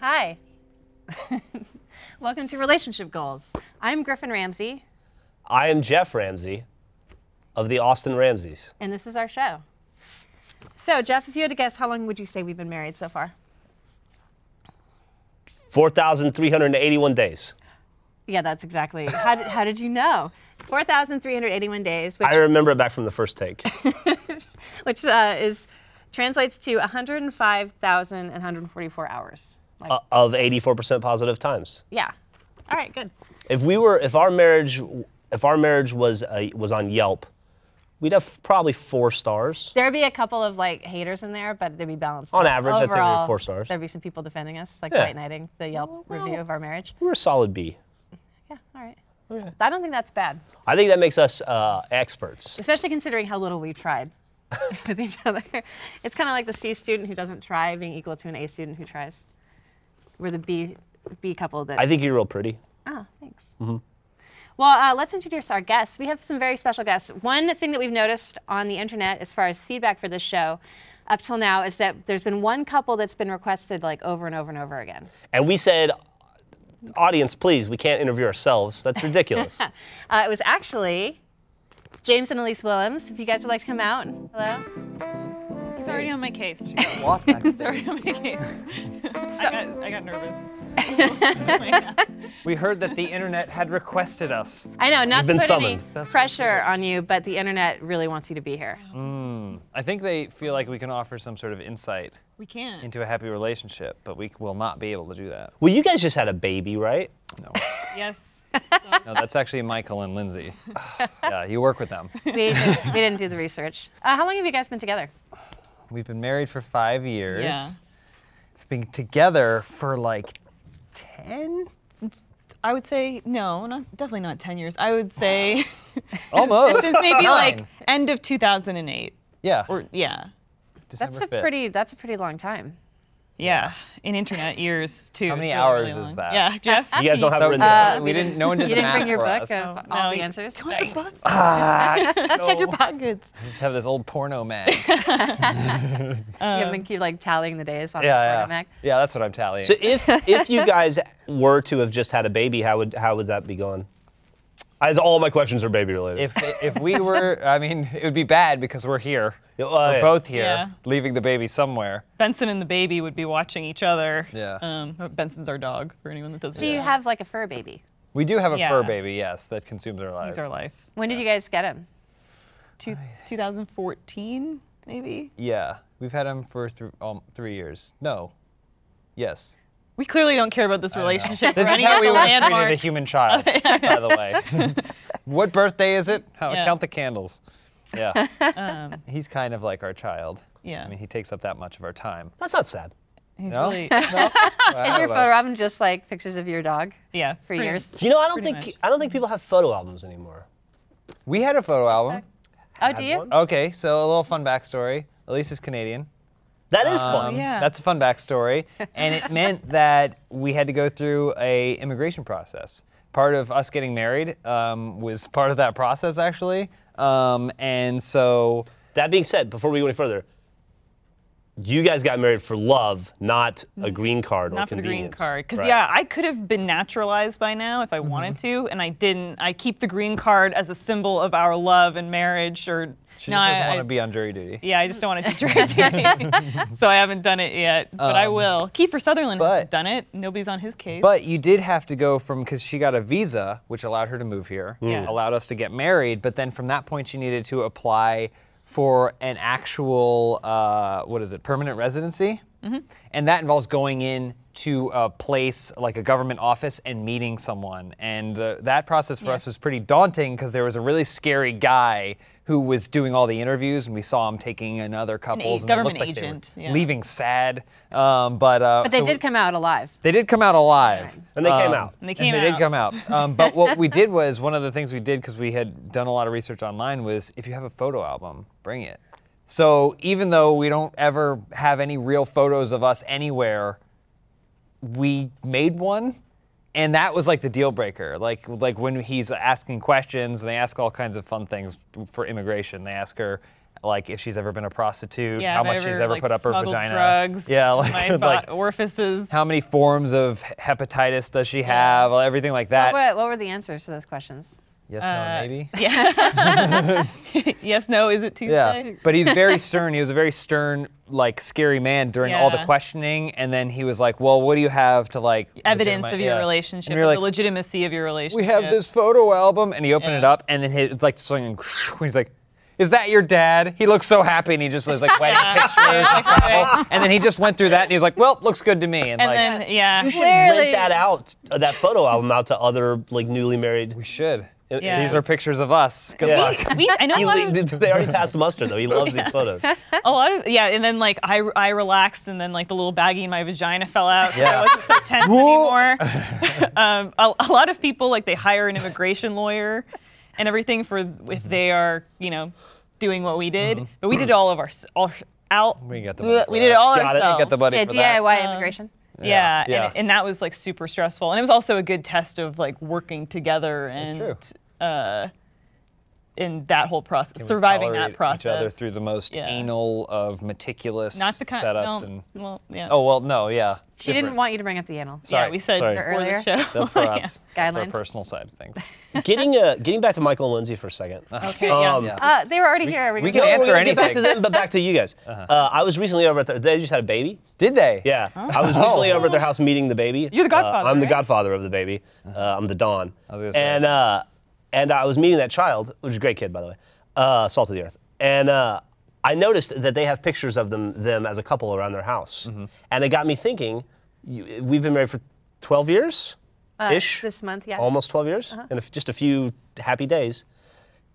Hi. Welcome to Relationship Goals. I'm Griffin Ramsey, I am Jeff Ramsey of the Austin Ramseys. and this is our show. So, Jeff, if you had to guess, how long would you say we've been married so far? 4,381 days. Yeah, that's exactly. How did, how did you know? 4,381 days, which, I remember it back from the first take. which uh, is translates to 105,144 hours. Like, uh, of 84% positive times. yeah. All right, good. If we were, if our marriage, if our marriage was uh, was on Yelp, we'd have probably four stars. There'd be a couple of like haters in there, but they'd be balanced. On out. average, I'd say maybe Overall, four stars. There'd be some people defending us, like Yeah. white knighting the Yelp review of our marriage. We were a solid B. Yeah, all right. I don't think that's bad, I think that makes us uh, experts. especially considering how little we've tried with each other. It's kind of like the C student who doesn't try being equal to an A student who tries. We're the B B couple that. I think you're real pretty. oh, thanks. Well, uh, let's introduce our guests. We have some very special guests. One thing that we've noticed on the internet as far as feedback for this show up till now is that there's been one couple that's been requested like over and over and over again. And we said, audience, please, we can't interview ourselves. That's ridiculous. Uh, it was actually James and Elise Willems. If you guys would like to come out. Hello. It's already on my case. Wasp It's already on my case. I, got, I got nervous. we heard that the internet had requested us. I know, not You've to been put summoned. any That's pressure on you, but the internet really wants you to be here. I think they feel like we can offer some sort of insight We can't. into a happy relationship, but we will not be able to do that. well, you guys just had a baby, right? No, yes. no that's actually Michael and Lindsay. yeah, you work with them. We, didn't- we didn't do the research. Uh, how long have you guys been together? We've been married for five years. Yeah. We've been together for like 10? Since- I would say no, not definitely not 10 years. I would say Almost. since maybe like Nine. end of 2008 Yeah. or yeah. December That's a 5th. pretty. That's a pretty long time. Yeah, in internet years too. many It's hours really is long. that? Yeah, Jeff. You guys don't have So, it uh, written down. we didn't, no one did You the didn't bring math your for book Oh. us. of all No, the you- answers. check your pockets. We just have this old porno mag. you um, haven't been keep, like tallying the days on the yeah, yeah. Mac. Yeah, that's what I'm tallying. So if if you guys were to have just had a baby, how would how would that be going? As all my questions are baby related. if if we were, I mean, it would be bad because we're here. Oh, we're yeah. both here, Yeah. leaving the baby somewhere. Benson and the baby would be watching each other. Yeah. Um, Benson's our dog. For anyone that doesn't. So you know. have like a fur baby. We do have a Yeah. fur baby, yes, that consumes our lives. He's our life. When did you guys get him? Two, 2014 maybe. yeah, we've had him for th- um, three years. No, yes. We clearly don't care about this relationship. This We're is running out how we of were treated a landmarks. human child, by the way. what birthday is it? How Yeah. count the candles. Yeah, Um, he's kind of like our child. Yeah. I mean, he takes up that much of our time. That's not sad. He's No? really Is your photo album just like pictures of your dog yeah. for years? You know, I don't Pretty think much. I don't think people have photo albums anymore. We had a photo album. Oh, do Had you? one? Okay, so a little fun backstory. Elise is Canadian. That is fun. Um, yeah. That's a fun backstory, and it meant that we had to go through a immigration process. Part of us getting married um, was part of that process, actually. Um, and so, That being said, before we go any further, you guys got married for love, not a green card or Mm-hmm. Not for the green convenience. card. Because, Right. yeah, I could have been naturalized by now if I Mm-hmm. wanted to, and I didn't. I keep the green card as a symbol of our love and marriage, or she no, just I- doesn't want I- to be on jury duty. Yeah, I just don't want to do jury duty. so I haven't done it yet, but I will. Kiefer Sutherland hasn't Um, but- done it. Nobody's on his case. But you did have to go from because she got a visa, which allowed her to move here, Yeah. allowed us to get married. But then from that point, she needed to apply for an actual uh, what is it, permanent residency, and that involves going in to a place like a government office and meeting someone. And the, that process for us was pretty daunting because there was a really scary guy who was doing all the interviews, and we saw him taking another couples and they government looked like they were agent, yeah. leaving sad. Um, but uh, But they so did come out alive. They did come out alive. And they came out. and Um, they came And out. did come out. Um, but what we did was one of the things we did because we had done a lot of research online was if you have a photo album, bring it. So even though we don't ever have any real photos of us anywhere, we made one. And that was like the deal breaker. Like like when he's asking questions and they ask all kinds of fun things for immigration. They ask her like if she's ever been a prostitute, Yeah, how if I much she's ever, ever like, put up her smuggled vagina. Drugs. yeah, in like, my like, thought- orifices. how many forms of hepatitis does she have? Well, Everything like that. What were, what were the answers to those questions? Yes, Uh, no, maybe. yes, no, is it Tuesday? Yeah, but he's very stern. He was a very stern, like scary man during all the Yeah. questioning, and then he was like, "Well, what do you have to like Evidence legitimi- of your yeah. relationship, And we were the like, legitimacy of your relationship. "We have this photo album," and he opened it Yeah. up, and then his like swinging. He's like, "Is that your dad?" He looks so happy, and he just was like wedding Yeah. pictures, and Like, travel, and then he just went through that, and he was like, "Well, looks good to me," And and, like then, yeah. You should Clearly. rent that out, uh, that photo album out to other like newly married. we should. Yeah. These are pictures of us. Good Yeah. luck. we, I know a He, lot li- of they already passed muster though. He loves these photos. A lot of yeah, and then like I, I relaxed, and then like the little baggie in my vagina fell out. Yeah, Yeah. I wasn't so tense Whoa. anymore. um, a, a lot of people like they hire an immigration lawyer and everything for if Mm-hmm. they are you know doing what we did, but we did all of our all out. We got the money for we did it that. all Got it. ourselves. Get the buddy Yeah, for that. DIY Um, immigration. Yeah, Yeah. And, and that was like super stressful, and it was also a good test of like working together and true. uh, in that whole process, We surviving tolerate that process. Each other through the most Yeah. anal of meticulous not the kind setups no, and. well, yeah. Oh well, no, yeah. She didn't different. want you to bring up the anal. Sorry, yeah, we said sorry. before Earlier. the show. That's for us. Yeah. For our Guidelines. personal side of things. getting uh, getting back to Michael and Lindsay for a second. Okay, yeah. Um, Yeah. Uh, they were already here. Are Uh-huh. we gonna- can No, answer we're gonna Get back to anything. Uh-huh. them, but back to you guys. Uh, I was recently over at their. They just had a baby. Did they? Yeah, I was recently Oh. over at their house meeting the baby. You're the Uh, godfather, I'm the right? godfather of the baby. Uh, I'm the Don. was gonna say. And uh, and I was meeting that child, which is a great kid by the way, uh, salt of the earth. And uh, I noticed that they have pictures of them them as a couple around their house, Mm-hmm. and it got me thinking. You, we've been married for 12 years, ish. Uh, this month, yeah. Uh-huh. Almost 12 years, and if just a few happy days.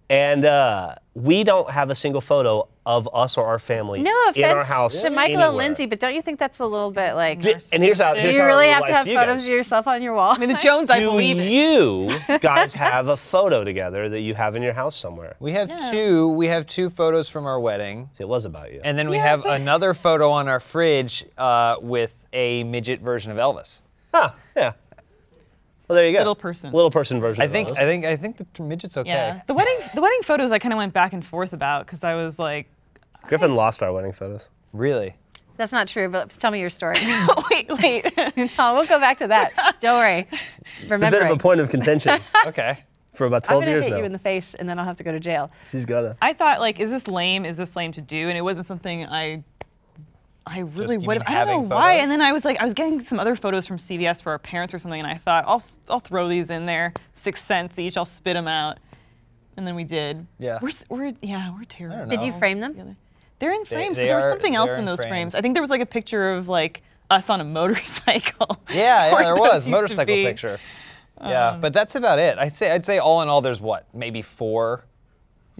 And uh, we don't have a single photo of us or our family No in our offense house to Michael and anywhere. Lindsay, but don't you think that's a little bit like Th- And here's how. Do Here's you how it really have to relates have you photos guys. of yourself on your wall? I mean, the Jones, I Do believe. it. you guys have a photo together that you have in your house somewhere? We have two. We have two photos from our wedding, It was about you. and then we have another photo on our fridge uh, with a midget version of Elvis. huh, yeah. Well, there you go. Little person. Little person version. I of think. those. I think. I think the t- midget's okay. Yeah. The wedding, the wedding photos, I kind of went back and forth about because I was like, Griffin lost our wedding photos. Really. That's not true, but tell me your story. wait, wait. no, we'll go back to that. Don't worry. A Remember bit of it. a point of contention Okay. for about I'm 12 gonna years hit now. you in the face, and then I'll have to go to jail. She's got a. I thought like, is this lame? Is this lame to do? And it wasn't something I. I really you would mean have. I don't know having why. photos? And then I was like, I was getting some other photos from CVS for our parents or something, and I thought, I'll, s- I'll throw these in there, six cents each. I'll spit them out, and then we did. Yeah. We're, s- we're yeah, we're terrible. don't Did you No. frame them? together. They're in frames, they but there was are- something else they're in in those frames. frames. I think there was like a picture of like us on a motorcycle. Yeah, yeah, Or there those was used to motorcycle be. Um. picture. Yeah, but that's about it. I'd say I'd say all in all, there's what maybe four,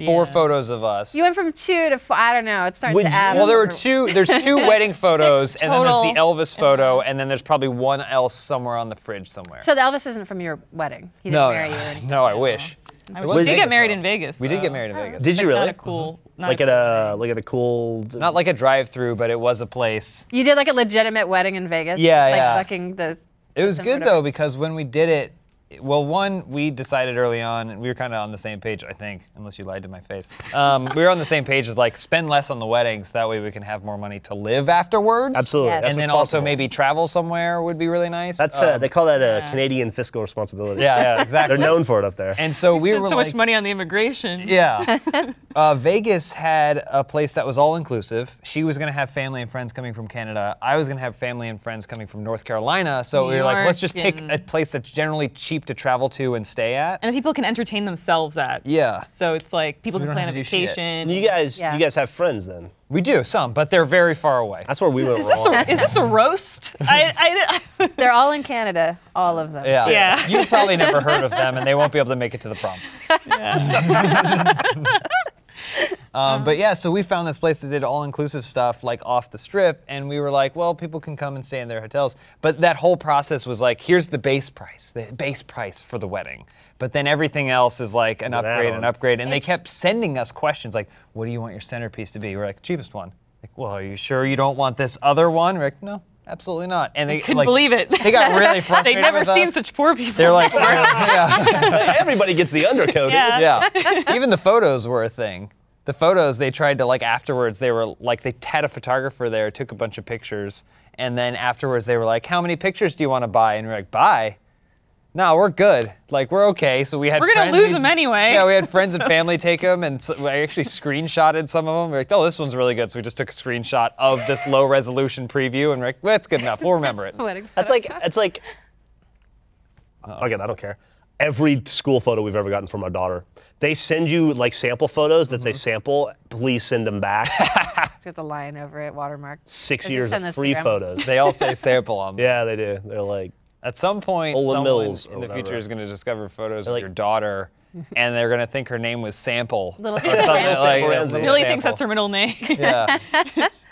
four Yeah. photos of us. You went from two to four. I don't know. It's starting Would to you- add. well, there were up. two. There's two wedding photos, and then there's the total. Elvis photo, and then there's probably one else somewhere on the fridge somewhere. So the Elvis isn't from your wedding. He didn't no, marry you. no, and- no, I wish. I It wish- was we did Vegas, get married though. in Vegas. We did get though. married in Vegas. Did you Like, really? Not a cool. Not Like a at cool a wedding. like at a cool. Not like a drive-through, but it was a place. You did like a legitimate wedding in Vegas. Yeah, just, like yeah. Bucking the. It was system or good whatever. though because when we did it, it- well, one we decided early on, and we were kind of on the same page, I think, unless you lied to my face. Um, we were on the same page with like spend less on the weddings, that way we can have more money to live afterwards. Absolutely. Yes. that's and then also responsible. maybe travel somewhere would be really nice. That's uh, Um, they call that a yeah. Canadian fiscal responsibility. yeah, yeah, exactly. They're known for it up there. and so we Spent were so like, much money on the immigration. Yeah. uh, Vegas had a place that was all inclusive. She was going to have family and friends coming from Canada. I was going to have family and friends coming from North Carolina. So we were like, let's just pick a Yorkin. place that's generally cheap to travel to and stay at. And the people can entertain themselves at. Yeah. So it's like people So we can plan don't a have to do shit. vacation. you guys, Yeah. you guys have friends then. We do, some, but they're very far away. That's where we went Is this wrong. a is this a roast? I, I, I They're all in Canada. All of them. yeah. Yeah. You've probably never heard of them, and they won't be able to make it to the prom. Um, but yeah, so we found this place that did all-inclusive stuff like off the strip, and we were like, well, people can come and stay in their hotels. But that whole process was like, here's the base price, the base price for the wedding. But then everything else is like an an upgrade, an add-on. upgrade, and It's- they kept sending us questions like, what do you want your centerpiece to be? We're like, cheapest one. Like, well, are you sure you don't want this other one? We're like, no, absolutely not. And they couldn't like, believe it. They got really frustrated. They've never with seen us. such poor people. They're like, yeah, Everybody gets the undercoating. Yeah. yeah. Even the photos were a thing. the photos they tried to like afterwards they were like they had a photographer there took a bunch of pictures and then afterwards they were like how many pictures do you want to buy and we are like buy no we're good like we're okay so we had We're gonna friends- lose we- them anyway. yeah we had friends and family take them and so i actually screenshotted some of them we are like oh this one's really good so we just took a screenshot of this low resolution preview and we're like well, that's good enough we'll remember it Poetic That's like that's like. Uh, Fuck it, I don't care. Every school photo we've ever gotten from our daughter, they send you like sample photos that Mm-hmm. say sample. Please send them back. It's got the lion over it, watermarked. Six Or just years send of those to free grandma. photos. they all say sample them yeah, they do. They're like, At some point, Ola someone Mills or in the whatever. future is going to discover photos They're of like- your daughter, and they're going to think her name was Sample. Little or Sample something Ramsey. like- Millie Little Millie thinks that's Sample. her middle name. Yeah.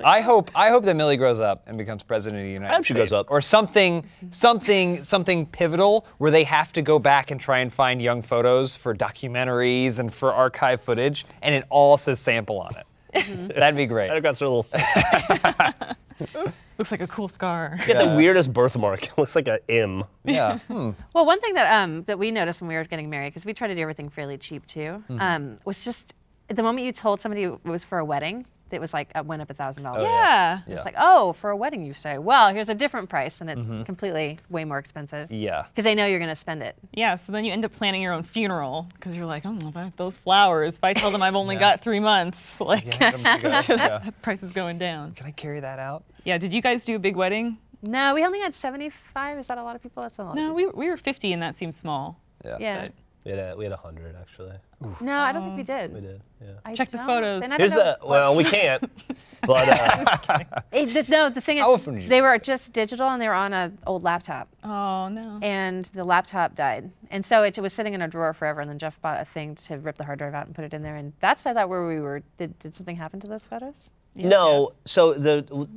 I hope I hope that Millie grows up and becomes president of the United hope States. she grows up. Or something something something pivotal where they have to go back and try and find young photos for documentaries and for archive footage, and it all says Sample on it. Mm-hmm. That'd be great. I got their little. Looks like a cool scar. Get the Yeah. weirdest birthmark. It looks like an M. Yeah. Hmm. Well, one thing that um, that we noticed when we were getting married, because we try to do everything fairly cheap too, um, was just the moment you told somebody it was for a wedding, it was like it went up a thousand dollars. Yeah. It's like, oh, for a wedding, you say, well, here's a different price, and it's completely way more expensive. Yeah. Because they know you're going to spend it. Yeah, so then you end up planning your own funeral because you're like, oh, if I have those flowers, if I tell them I've only got three months, like, Yeah. that price is going down. Can I carry that out? Yeah, did you guys do a big wedding? No, we only had 75. Is that a lot of people? That's a lot. No, of we, we were 50 and that seems small. people. Yeah. but- We had a, we had a hundred actually. No, I don't think we did. We did. Yeah. I Check the don't- photos. and I don't Here's know the what- well, we can't. But uh, It- the- no, the thing How often do is, you they do were just digital and they were on an old laptop, Oh, no. and the laptop died, and so it was sitting in a drawer forever. And then Jeff bought a thing to rip the hard drive out and put it in there, and that's I thought where we were. Did, did something happen to those photos? no. So the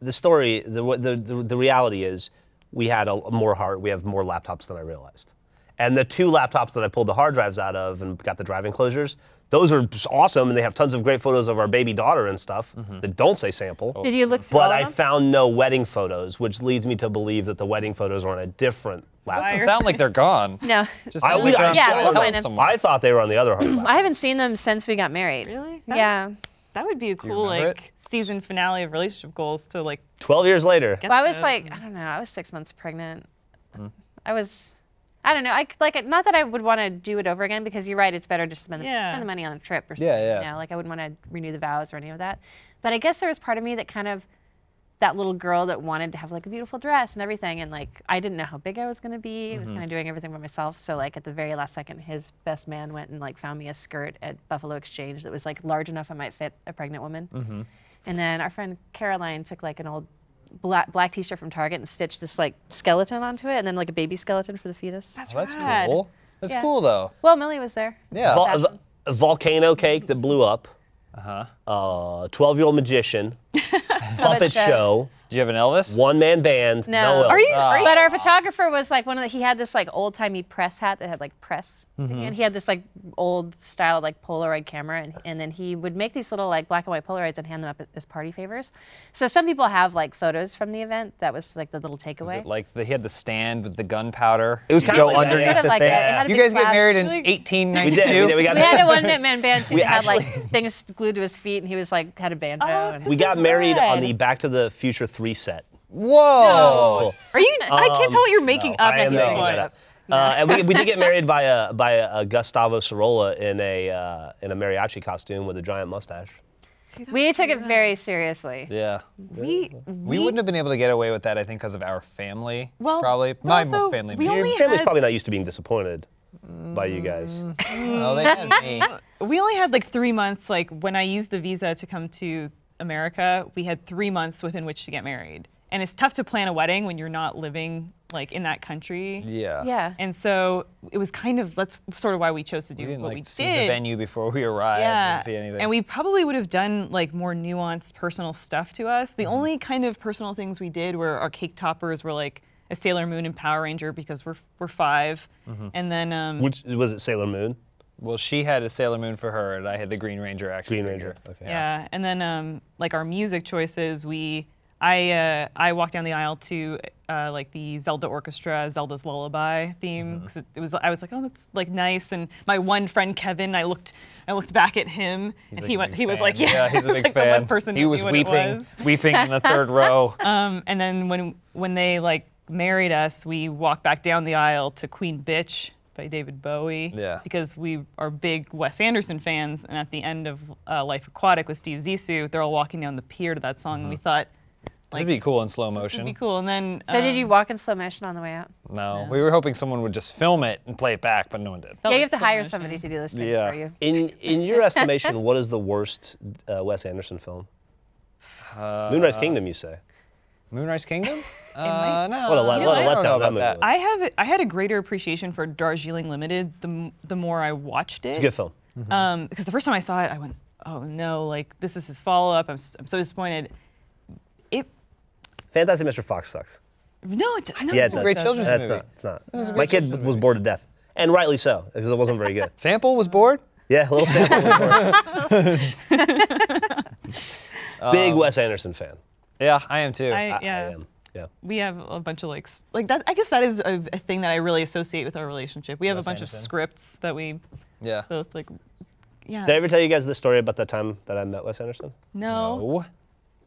the story, the what- the the, the reality is, we had a, more hard. We have more laptops than I realized. And the two laptops that I pulled the hard drives out of and got the drive enclosures, those are just awesome, and they have tons of great photos of our baby daughter and stuff that don't say sample. Mm-hmm. Did you look through all But of I them? found no wedding photos, which leeds me to believe that the wedding photos are on a different laptop. Doesn't sound like they're gone. no, Just I, sounds we, like they're I, on Yeah, sale we'll find somewhere. them. I thought they were on the other hard drive. I haven't seen them since we got married. Really? That- Yeah. That would be a cool, remember like, it? season finale of relationship goals to, like, 12 years later. Well, I was the- like, I don't know. I was six months pregnant. Hmm. I was, I don't know. I c- like it- not that I would want to do it over again because you're right. It's better just to spend, the Yeah. spend the money on a trip or something. Yeah, yeah. You know, like I wouldn't want to renew the vows or any of that. But I guess there was part of me that kind of that little girl that wanted to have like a beautiful dress and everything and like I didn't know how big I was gonna be. Mm-hmm. I was kind of doing everything by myself. So like at the very last second, his best man went and like found me a skirt at Buffalo Exchange that was like large enough I might fit a pregnant Mm-hmm. woman. And then our friend Caroline took like an old black black t-shirt from Target and stitched this like skeleton onto it and then like a baby skeleton for the fetus. that's, Well, that's rad. cool. That's Yeah. cool though. well, Millie was there. Yeah. Vol- That vo- a volcano cake that blew up. Uh-huh. Uh 12 year old magician. puppet show. Do you have an Elvis? One man band. No. Elvis. Are you, are you- But our photographer was like one of the, he had this like old timey press hat that had like press, and he had this like old style like Polaroid camera, and, and then he would make these little like black and white Polaroids and hand them up as, as party favors. So some people have like photos from the event. That was like the little takeaway. It, Like the, he had the stand with the gunpowder. It was kinda like that. Sort of like that. It had a You big guys get flash. married in We did, We 1892. did, we did, we got, We had a one man band too We that had actually- like things glued to his feet, and he was like had a banjo. Oh, and, we got This is married on rad. the Back to the Future 3 set. Whoa. cool. are you, I can't tell what you're making up Um, I at am this making point. that up. Uh, and we, we did get married by a by a, Gustavo Sorolla in a uh, in a mariachi costume with a giant mustache. we took it very seriously. Yeah. We, We wouldn't have been able to get away with that, I think, because of our family. Well, probably. but My also, family. we maybe. only- Your family's had- probably not used to being disappointed by you guys. Oh, they had me. we only had like three months. Like when I used the visa to come to America, we had three months within which to get married. And it's tough to plan a wedding when you're not living like in that country. Yeah. Yeah. And so it was kind of that's sort of why we chose to do We didn't what like we see did. the venue before we arrived. Yeah. Didn't see anything. And we probably would have done like more nuanced personal stuff to us. Mm-hmm. The only kind of personal things we did were our cake toppers were like a Sailor Moon and Power Ranger because we're we're 5 Mm-hmm. And then um, Which was it Sailor Moon? well, she had a Sailor Moon for her, and I had the Green Ranger action. Green figure. Ranger. Okay. Yeah, and then um, like our music choices, we I uh, I walked down the aisle to uh, like the Zelda Orchestra Zelda's Lullaby Mm-hmm. theme 'cause it, it was I was like oh that's like nice and my one friend Kevin I looked I looked back at him and like he a went big he was fan. like yeah, he's It a was big like the fan. one person he who was knew what it weeping, was. weeping in the third row. Um, and then when when they like married us, we walked back down the aisle to Queen Bitch by David Bowie. Yeah. Because we are big Wes Anderson fans, and at the end of uh, Life Aquatic with Steve Zissou, they're all walking down the pier to that song, and we Mm-hmm. thought That'd be cool in slow this would motion. be cool. And then um, So did you walk in slow motion on the way out? No, we were hoping someone would just film it and play it back, but no one did. Yeah, you have to hire somebody to do those things Yeah. for you. In in your estimation, what is the worst uh, Wes Anderson film? Moonrise Kingdom, you say? Moonrise Kingdom? uh, no. What a let- you what a know, I don't letdown that know about movie that. was. I have I had a greater appreciation for Darjeeling Limited the m- the more I watched it. It's a good Mm-hmm. film. Um, because the first time I saw it, I went, "Oh no! Like this is his follow up. I'm, s- I'm so disappointed." It Fantastic Mr. Fox sucks. no, it, no Yeah, it it does. great doesn't. children's That's movie. not. It's not. My kid was bored to death, and rightly so, because it wasn't very good. Sample was bored? Yeah, a little sample. was bored. Big Wes Anderson fan. Yeah, I am too. I, I- yeah. I am. Yeah. we have a bunch of like s- like that. I guess that is a, a thing that I really associate with our relationship. We have Wes a bunch Anderson. of scripts that we yeah. both like. Yeah. Did I ever tell you guys the story about the time that I met Wes Anderson? no. Oh.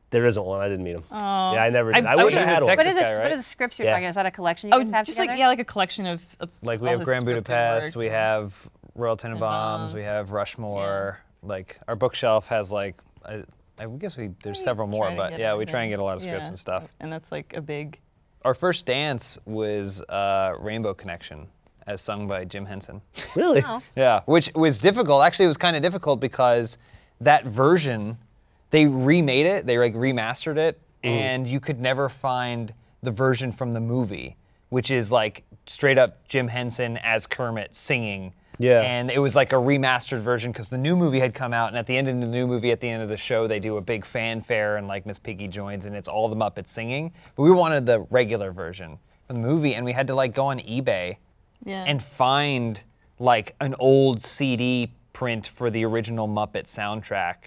There isn't one. I didn't meet him. Yeah, I never did. I, I- I wish I would've had one. What detected- are This the guy, what right? are the scripts you're Yeah. talking? Is that a collection you Oh, guys have just together? like yeah, like a collection of, of Like we all have his Grand scripted Budapest, works. we have Royal Tenenbaums, we Tenenbaums. have Rushmore. Like our bookshelf has like, I, I guess we there's several Try more, to but get yeah, we try and everything. get a lot of scripts Yeah. and stuff. And that's like a big. Our first dance was uh, Rainbow Connection, as sung by Jim Henson. Really? Yeah, which was difficult. Actually, it was kind of difficult because that version, they remade it, they like remastered it, and you could never find the version from the movie, which is like straight up Jim Henson as Kermit singing. Yeah. And it was like a remastered version because the new movie had come out, and at the end of the new movie, at the end of the show, they do a big fanfare and like Miss Piggy joins, and it's all the Muppets singing. But we wanted the regular version from the movie, and we had to like go on eBay Yeah. and find like an old CD print for the original Muppet soundtrack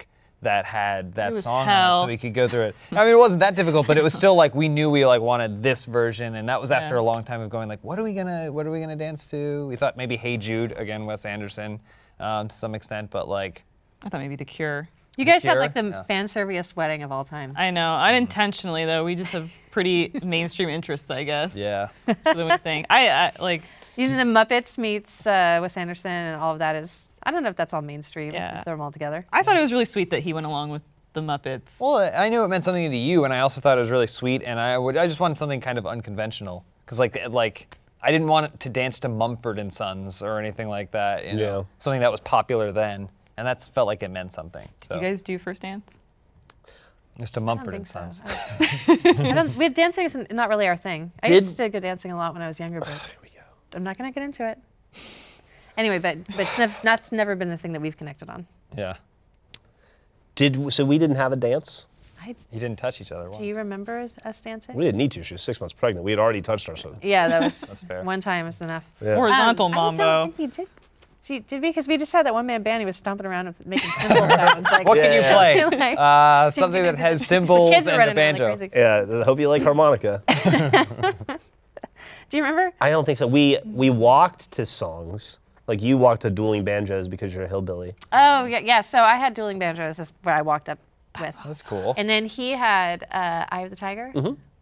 that had that was song on it, so hell. we could go through it. I mean, it wasn't that difficult, but it was still like we knew we like wanted this version, and that was after a long time of going like, what are we gonna, what are we gonna dance to? We thought maybe Hey Jude again, Wes Anderson, um, to some extent, but like I thought maybe the Cure. you guys had like Cure? the fan serviest wedding of all time. I know, unintentionally though, we just have pretty mainstream interests, I guess. yeah, So then we think I, I like Using the Muppets meets uh, Wes Anderson and all of that is I don't know if that's all mainstream. Yeah. Throw them all together. I thought it was really sweet that he went along with the Muppets. Well, I knew it meant something to you, and I also thought it was really sweet, and I would, I just wanted something kind of unconventional, because like, like I didn't want it to dance to Mumford and Sons or anything like that. You know, Yeah. something that was popular then, and that felt like it meant something. Did you guys do first dance? just to I Mumford don't and think so. Sons. I don't- I don't- we, dancing is not really our thing. I Did- used to go dancing a lot when I was younger, but I'm not gonna get into it. Anyway, but but it's nev- that's never been the thing that we've connected on. Yeah, Did so we didn't have a dance. I, you didn't touch each other once. do you remember us dancing? We didn't need to. She was six months pregnant. We had already touched ourselves. Yeah, that was fair. one time is enough. Um, Horizontal I mambo. don't think we did. See, did we? Because we just had that one man band who was stomping around with- making cymbal sounds. Like, What can you Yeah. play? Like- Uh, something that has the cymbals kids were and a running around banjo. like crazy. Yeah. I hope you like harmonica. Do you remember? I don't think so. We we walked to songs. Like you walked to dueling banjos because you're a hillbilly. Oh yeah, yeah. So I had dueling banjos. That's what I walked up with. that's cool. And then he had uh, Eye of the Tiger.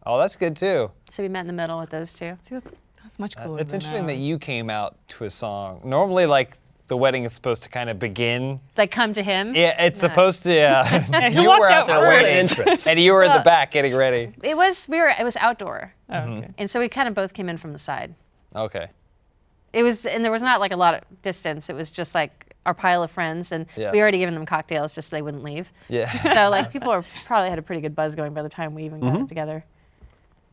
oh, that's good too. So we met in the middle with those two. See, that's, that's much cooler. Uh, It's than interesting that ours. you came out to a song. Normally, like the wedding is supposed to kind of begin Like come to him. Yeah, it's supposed to. Yeah, he walked out there first. waiting, Entrance. and you were in the back getting ready. It was we were it was outdoor, Oh, okay. Mm-hmm. and so we kind of both came in from the side. Okay. It was and there was not like a lot of distance. It was just like our pile of friends, and Yeah. we already given them cocktails just so they wouldn't leave. Yeah. So like people are, probably had a pretty good buzz going by the time we even got it together.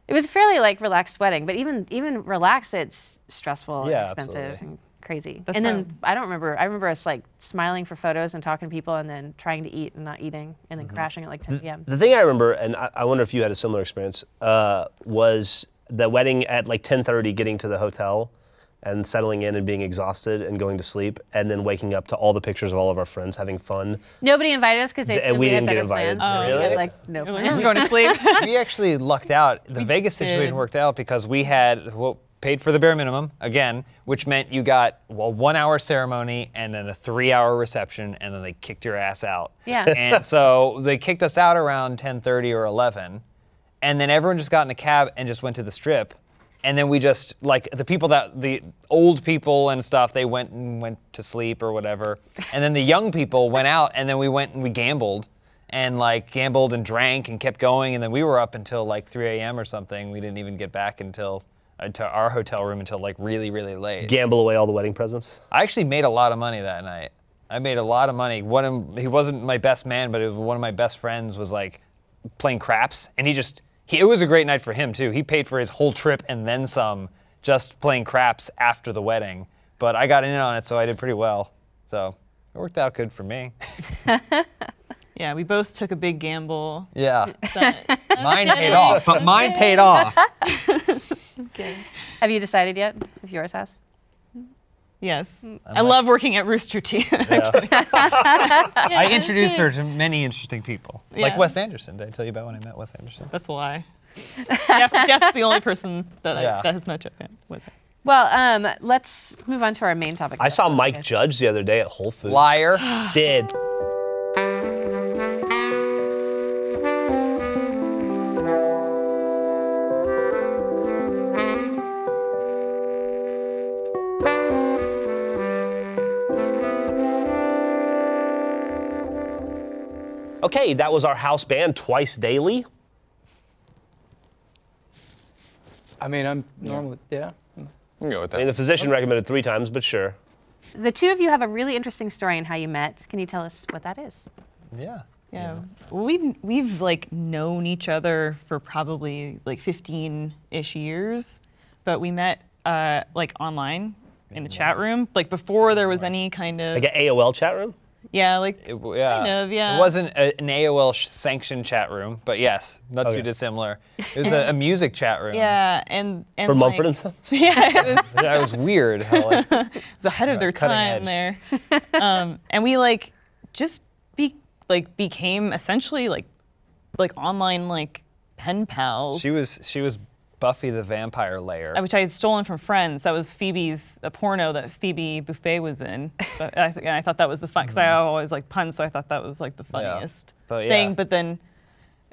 It was a fairly like relaxed wedding, but even even relaxed, it's stressful Yeah, and expensive absolutely. and crazy. That's and then how- I don't remember. I remember us like smiling for photos and talking to people, and then trying to eat and not eating, and then crashing at like 10 p.m. The thing I remember, and I, I wonder if you had a similar experience, uh, was the wedding at like 10:30, getting to the hotel, and settling in and being exhausted and going to sleep and then waking up to all the pictures of all of our friends having fun. Nobody invited us because they Th- said we had didn't get better invited. plans. and we Really? had, like no We're plans. going to sleep. we actually lucked out. The Vegas did. situation worked out because we had well, paid for the bare minimum again, which meant you got well one hour ceremony and then a three hour reception, and then they kicked your ass out. Yeah. And so they kicked us out around 10:30 or 11, and then everyone just got in a cab and just went to the strip. And then we just like the people that the old people and stuff they went and went to sleep or whatever, and then the young people went out and then we went and we gambled and like gambled and drank and kept going and then we were up until like 3 a.m or something we didn't even get back until uh, to our hotel room until like really really late Gamble away all the wedding presents. i actually made a lot of money that night i made a lot of money one of he wasn't my best man but it was one of my best friends was like playing craps and he just he, it was a great night for him too he paid for his whole trip and then some just playing craps after the wedding but i got in on it so i did pretty well so it worked out good for me yeah, we both took a big gamble. yeah mine paid off but mine paid off Have you decided yet if yours has? Yes. I love working at Rooster Teeth. I introduced her to many interesting people, like Yeah. Wes Anderson. Did I tell you about when I met Wes Anderson? That's a lie. Jeff, Jeff's the only person that, Yeah. I, that has met Jeff. in- Was it? Well, um, let's move on to our main topic. I of saw this Mike podcast. Judge the other day at Whole Foods. Liar. Did. Okay, that was our house band twice daily. I mean, I'm normally, yeah. You can go with I mean, the that. physician recommended three times, but sure. The two of you have a really interesting story on how you met. Can you tell us what that is? Yeah. Yeah. Well, we've we've like known each other for probably like 15-ish years, but we met uh, like online in a Mm-hmm. chat room, like before there was any kind of Like an AOL chat room? yeah, like It um, w- yeah. Kind of, yeah. It wasn't a, an AOL sh- sanctioned chat room, but yes, not Okay. too dissimilar. It was a, a music chat room. yeah, and and For like, Mumford and Sons? Yeah, it was That was weird. How, like, was ahead of their cutting time there. um, and we like just be like became essentially like like online like pen pals. she was she was Buffy the Vampire Layer. which I had stolen from friends. That was Phoebe's a porno that Phoebe Buffet was in. But I, th- and I thought that was the fun because I always like puns, so I thought that was like the funniest But, Mm-hmm. yeah. thing. But then,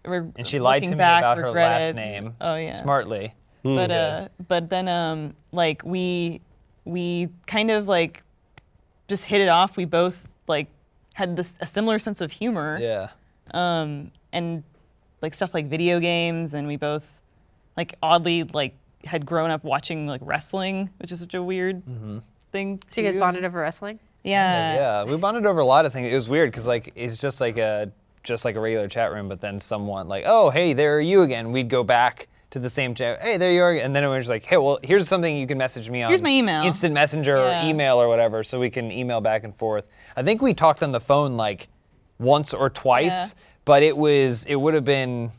re- and she lied to looking me back, about her regret last it. name. Oh yeah, Smartly. But uh, but then um like we we kind of like just hit it off. We both like had this a similar sense of humor Yeah. and like stuff like video games and we both like oddly like had grown up watching like wrestling which is such a weird thing So you guys too. bonded over wrestling? yeah Mm-hmm. yeah, we bonded over a lot of things. It was weird because like it's just like a just like a regular chat room, but then someone like, oh hey, there are you again. We'd go back to the same chat. Hey, there you are, again. and then it was just like, hey, well here's something you can message me on. Here's my email. Instant messenger Yeah. or email or whatever, so we can email back and forth. I think we talked on the phone like once or twice, Yeah. but it was it would have been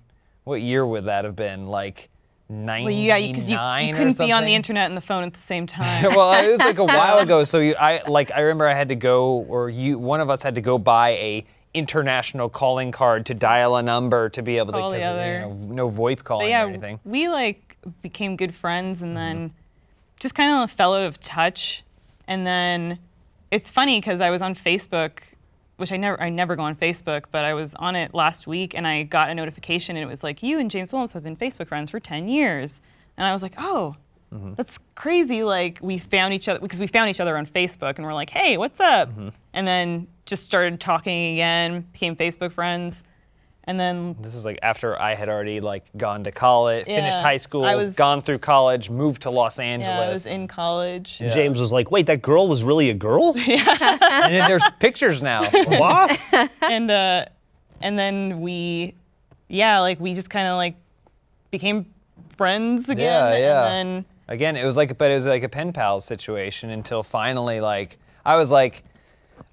what year would that have been like. well 99 yeah because you, you or couldn't be on the something? internet and the phone at the same time well, it was like a while ago. So you, I like I remember I had to go, or you, one of us had to go buy a international calling card to dial a number to be able to Call the 'cause, you other. know, no VoIP calling But yeah, or anything. we like became good friends and then just kind of fell out of touch. And then it's funny because I was on Facebook, which I never I never go on Facebook, but I was on it last week and I got a notification and it was like you and James Williams have been Facebook friends for 10 years. And I was like, "Oh, that's crazy like we found each other because we found each other on Facebook and we're like, "Hey, what's up?" And then just started talking again, became Facebook friends. And then This is like after I had already like gone to college, finished Yeah. high school, I was- gone through college, moved to Los yeah, I Angeles. was in college. Yeah. James was like, wait, that girl was really a girl? and then there's pictures now. what? and uh, and then we, yeah, like we just kind of like became friends again. Yeah, yeah. And then Again, it was like, but it was like a pen pal situation until finally, like, I was like,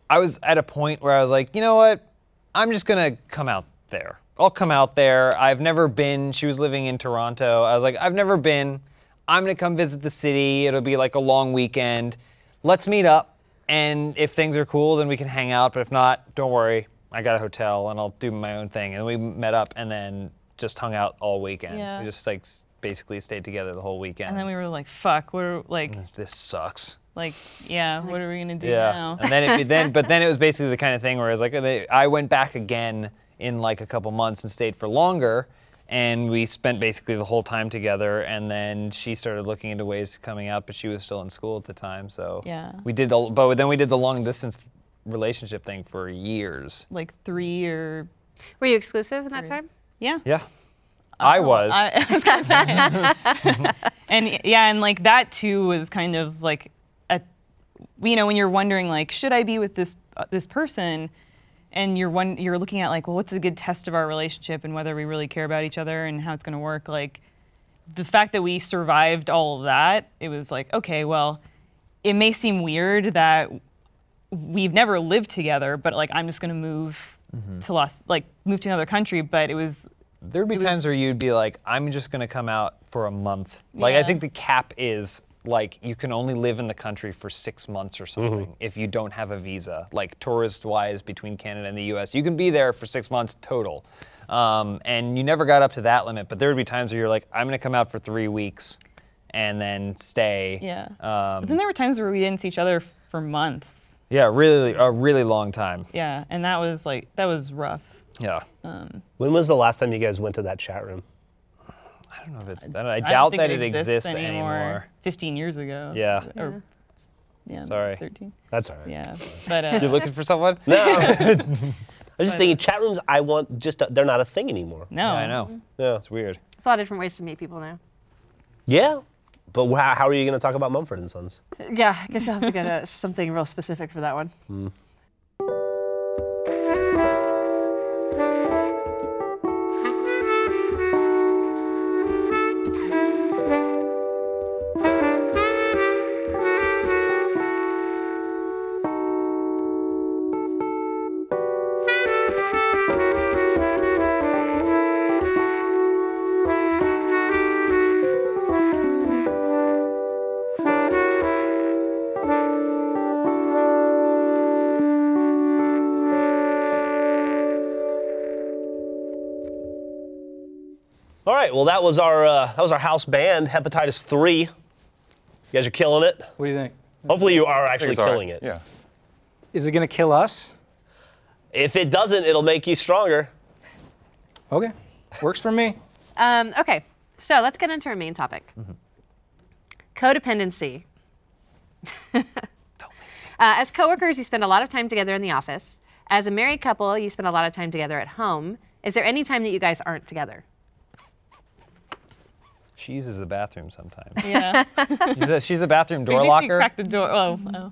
I was at a point where I was like, you know what? I'm just gonna come out there. I'll come out there. I've never been. She was living in Toronto. I was like, I've never been. I'm gonna come visit the city. It'll be like a long weekend. Let's meet up, and if things are cool, then we can hang out. But if not, don't worry. I got a hotel, and I'll do my own thing. And we met up, and then just hung out all weekend. Yeah. We just like s- basically stayed together the whole weekend. And then we were like, fuck, we're like, this sucks. like, yeah, what are we gonna do now? And then it then but then it was basically the kind of thing where it was like they, I went back again in like a couple months and stayed for longer and we spent basically the whole time together and then she started looking into ways to coming out but she was still in school at the time so Yeah. we did the, but then we did the long distance relationship thing for years like three or Were you exclusive in that time? yeah. yeah I was Oh, I- I was gonna say. and yeah, and like that too was kind of like a, you know, when you're wondering like, should I be with this uh, this person, and you're one, you're looking at like, well, what's a good test of our relationship and whether we really care about each other and how it's gonna work. Like, the fact that we survived all of that, it was like, okay, well, it may seem weird that we've never lived together, but like, I'm just gonna move to Los, like, move to another country. But it was There'd be times where you'd be like, I'm just gonna come out for a month. Like I Yeah. think the cap is like you can only live in the country for six months or something if you don't have a visa. Like tourist wise between Canada and the US. You can be there for six months total. Um, and you never got up to that limit, but there would be times where you're like, I'm gonna come out for three weeks and then stay. Yeah. Um, but then there were times where we didn't see each other for months. yeah, really a really long time. Yeah, and that was like that was rough. Yeah. When was the last time you guys went to that chat room? I don't know if it's I don't doubt think that it exists, anymore. Fifteen years ago. Yeah. Or, yeah. Sorry. Thirteen. That's all right. Yeah. But You're uh, looking for someone? No, I'm just thinking chat rooms. I want just they're not a thing anymore. no. I know. Yeah, It's weird. It's a lot of different ways to meet people now. yeah. But wh- how are you going to talk about Mumford and Sons? Yeah, I guess you'll have to get a, something real specific for that one. All right. Well, that was our uh, that was our house band, Hepatitis Three. You guys are killing it. What do you think? Hopefully, you are actually It's all right. killing it. Yeah. Is it gonna kill us? If it doesn't, it'll make you stronger. Okay. Works for me. Um, okay, so let's get into our main topic Mm-hmm. codependency. Uh, as coworkers, you spend a lot of time together in the office. As a married couple, you spend a lot of time together at home. Is there any time that you guys aren't together? She uses the bathroom sometimes. Yeah. She's a, she's a bathroom door At least you locker. cracked the door. Oh, oh. oh,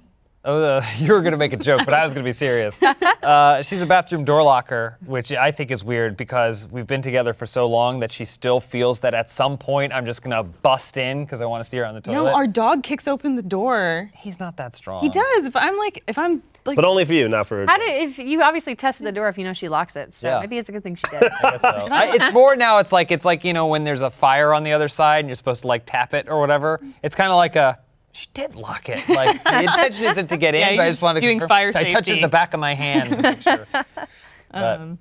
uh, you were gonna make a joke, but I was gonna be serious. Uh, she's a bathroom door locker, which I think is weird because we've been together for so long that she still feels that at some point I'm just gonna bust in because I want to see her on the toilet. No, our dog kicks open the door. he's not that strong. He does. If I'm like, if I'm like, But only for you, not for. How do if you obviously tested the door if you know she locks it? So Yeah. maybe it's a good thing she did. I guess so. I- it's more now. It's like it's like you know when there's a fire on the other side and you're supposed to like tap it or whatever. It's kind of like a. She did lock it. Like the intention isn't to get in, Yeah, but you're I just just wanted to doing confirm- fire I touched it safety. with the back of my hand to make sure. But-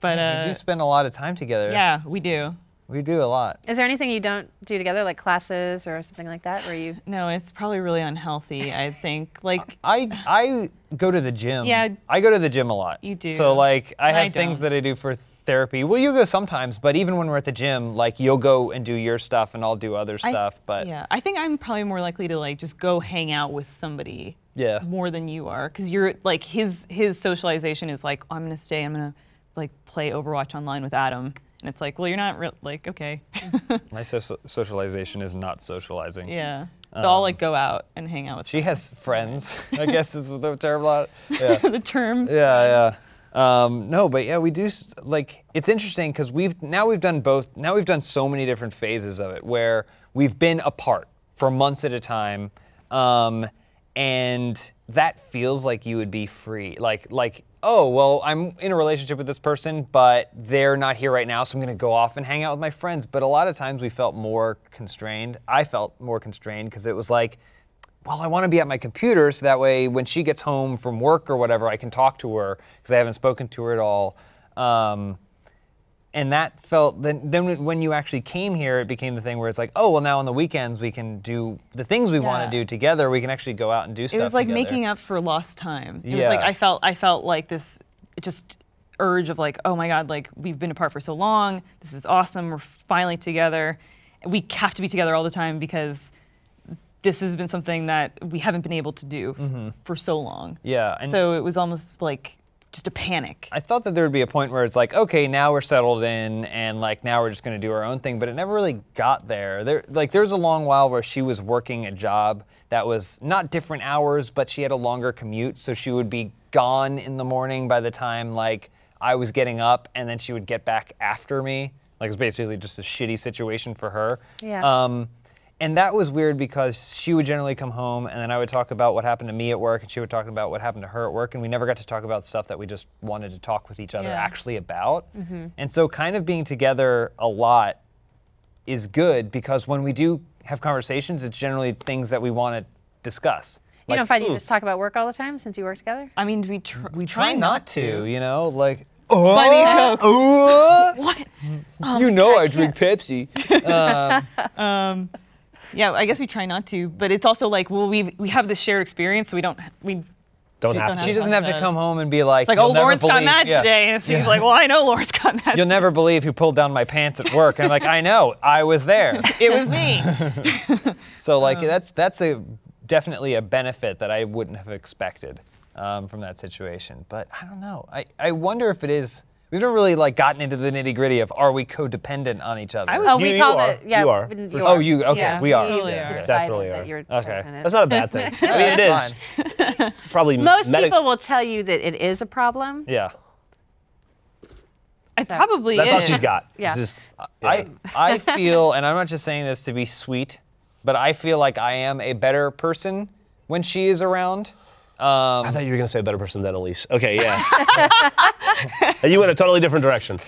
but We uh, do spend a lot of time together. yeah, we do. We do a lot. Is there anything you don't do together, like classes or something like that, where you? No, it's probably really unhealthy. I think like I I go to the gym. Yeah. I go to the gym a lot. You do. So like I I have things don't. that I do for therapy. Well, you go sometimes, but even when we're at the gym, like you'll go and do your stuff and I'll do other I- stuff, but yeah, I think I'm probably more likely to like just go hang out with somebody. Yeah. More than you are, because you're like his his socialization is like I'm gonna stay, I'm gonna like play Overwatch online with Adam, and it's like well you're not real like okay, my so- socialization is not socializing. yeah, they'll all like go out and hang out with Um, She has friends, I guess is the term. a lot- Yeah. the terms. Yeah, yeah. Um, no, but yeah, we do. s- Like, it's interesting because we've now we've done both. Now we've done so many different phases of it where we've been apart for months at a time, um, and that feels like you would be free. Like, like oh, well, I'm in a relationship with this person, but they're not here right now, so I'm going to go off and hang out with my friends. But a lot of times we felt more constrained. I felt more constrained because it was like, well, I want to be at my computer so that way when she gets home from work or whatever, I can talk to her because I haven't spoken to her at all. Um, and that felt then then when you actually came here it became the thing where it's like oh well now on the weekends we can do the things we want Yeah. to do together we can actually go out and do It stuff was like together. making up for lost time. It Yeah. was like I felt I felt like this just urge of like, oh my god, like we've been apart for so long. This is awesome. We're finally together. We have to be together all the time because this has been something that we haven't been able to do for so long. Mm-hmm. Yeah, and- so it was almost like just a panic. I thought that there would be a point where it's like, okay, now we're settled in, and like now we're just going to do our own thing. But it never really got there. There, like, there was a long while where she was working a job that was not different hours, but she had a longer commute, so she would be gone in the morning by the time like I was getting up, and then she would get back after me. Like it was basically just a shitty situation for her. Yeah. Um, and that was weird because she would generally come home and then I would talk about what happened to me at work and she would talk about what happened to her at work and we never got to talk about stuff that we just wanted to talk with each other Yeah. Mm-hmm. actually about. And so kind of being together a lot is good because when we do have conversations it's generally things that we want to discuss. you don't find you just talk about work all the time since you work together? I mean, we tr- we try not to, you know, like I mean, Um, what? you know I drink Pepsi. yeah, I guess we try not to, but it's also like, well, we we have this shared experience, so we don't we Don't She have to. don't have She doesn't Like have to that. come home and be like, It's like, "You'll oh, never Lawrence got believe-" mad Yeah. today. And so he's like, well, I know Lawrence got mad. You'll never believe who pulled down my pants at work. And I'm like, I know, I was there. it was me. So Uh. like that's that's a definitely a benefit that I wouldn't have expected um, from that situation. But I don't know. I, I wonder if it is. We've never really like gotten into the nitty gritty of are we codependent on each other? I would- Oh, You- we you called are. it. Yeah, You are, we- for you sure. oh, you okay? Yeah, We are. you Totally are. decided Definitely that are. you're Okay. codependent. That's not a bad thing. I mean, it That's is. Probably Most medi- people will tell you that it is a problem. Yeah. I probably That's all is. she's got. Yeah. It's just, I I feel, and I'm not just saying this to be sweet, but I feel like I am a better person when she is around. I thought you were going to say a better person than Elise. Okay, yeah. and you went a totally different direction.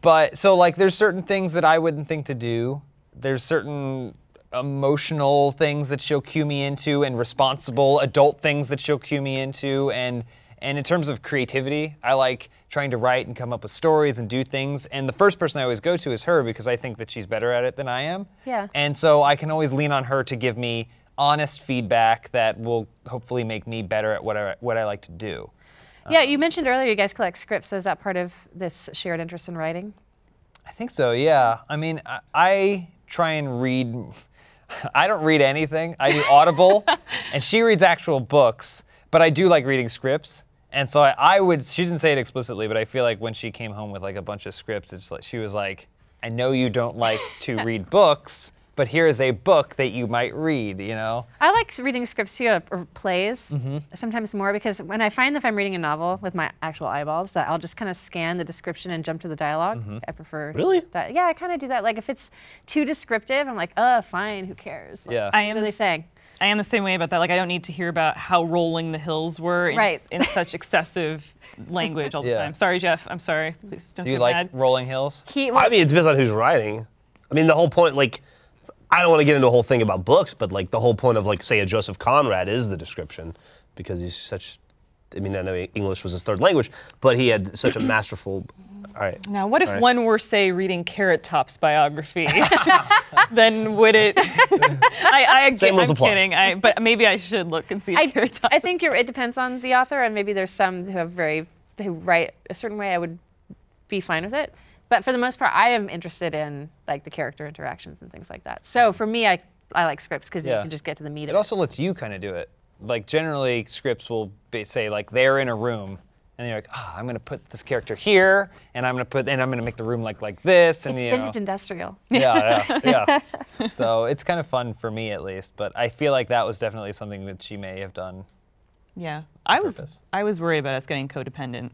But so like there's certain things that I wouldn't think to do. There's certain emotional things that she'll cue me into and responsible adult things that she'll cue me into and and in terms of creativity, I like trying to write and come up with stories and do things. And the first person I always go to is her because I think that she's better at it than I am. Yeah. And so I can always lean on her to give me honest feedback that will hopefully make me better at what I, what I like to do. Yeah, you mentioned earlier you guys collect scripts. So is that part of this shared interest in writing? I think so. Yeah. I mean, I, I try and read. I don't read anything. I do Audible, and she reads actual books. But I do like reading scripts, and so I, I would. She didn't say it explicitly, but I feel like when she came home with like a bunch of scripts, it's like she was like, "I know you don't like to read books, but here is a book that you might read." You know. I like reading scripts too, uh, or plays, Mm-hmm. sometimes more, because when I find if I'm reading a novel with my actual eyeballs, that I'll just kind of scan the description and jump to the dialog Mm-hmm. I prefer. Really? That. Yeah, I kind of do that. Like if it's too descriptive, I'm like, uh, fine, who cares? Like, Yeah. I What am are they the s- saying? I am the same way about that. Like, I don't need to hear about how rolling the hills were in, Right. s- in such excessive language all the Yeah. time. Sorry, Jeff. I'm sorry. Please don't Do you get like mad. Rolling Hills? He, I mean, it depends on who's writing. I mean, the whole point, like, I don't want to get into a whole thing about books, but like the whole point of like, say, a Joseph Conrad is the description because he's such. I mean, I know English was his third language, but he had such a masterful. All right. Now, what if one were, say, reading Carrot Top's biography? then would it? I, I, Same rules I'm apply. kidding. I, but maybe I should look and see if I, Carrot Top. I think you're, it depends on the author, and maybe there's some who have very who write a certain way. I would be fine with it, but for the most part, I am interested in like the character interactions and things like that. So for me, I I like scripts because Mm-hmm. Yeah. you can just get to the meat It of it. also lets you kind of do it. Like generally, scripts will be, say like they're in a room, and you're like, ah, I'm gonna put this character here, and I'm gonna put, and I'm gonna make the room like like this, and It's you vintage know, industrial. yeah, yeah, yeah. so it's kind of fun for me at least. But I feel like that was definitely something that she may have done. yeah, I purpose. was. I was worried about us getting codependent.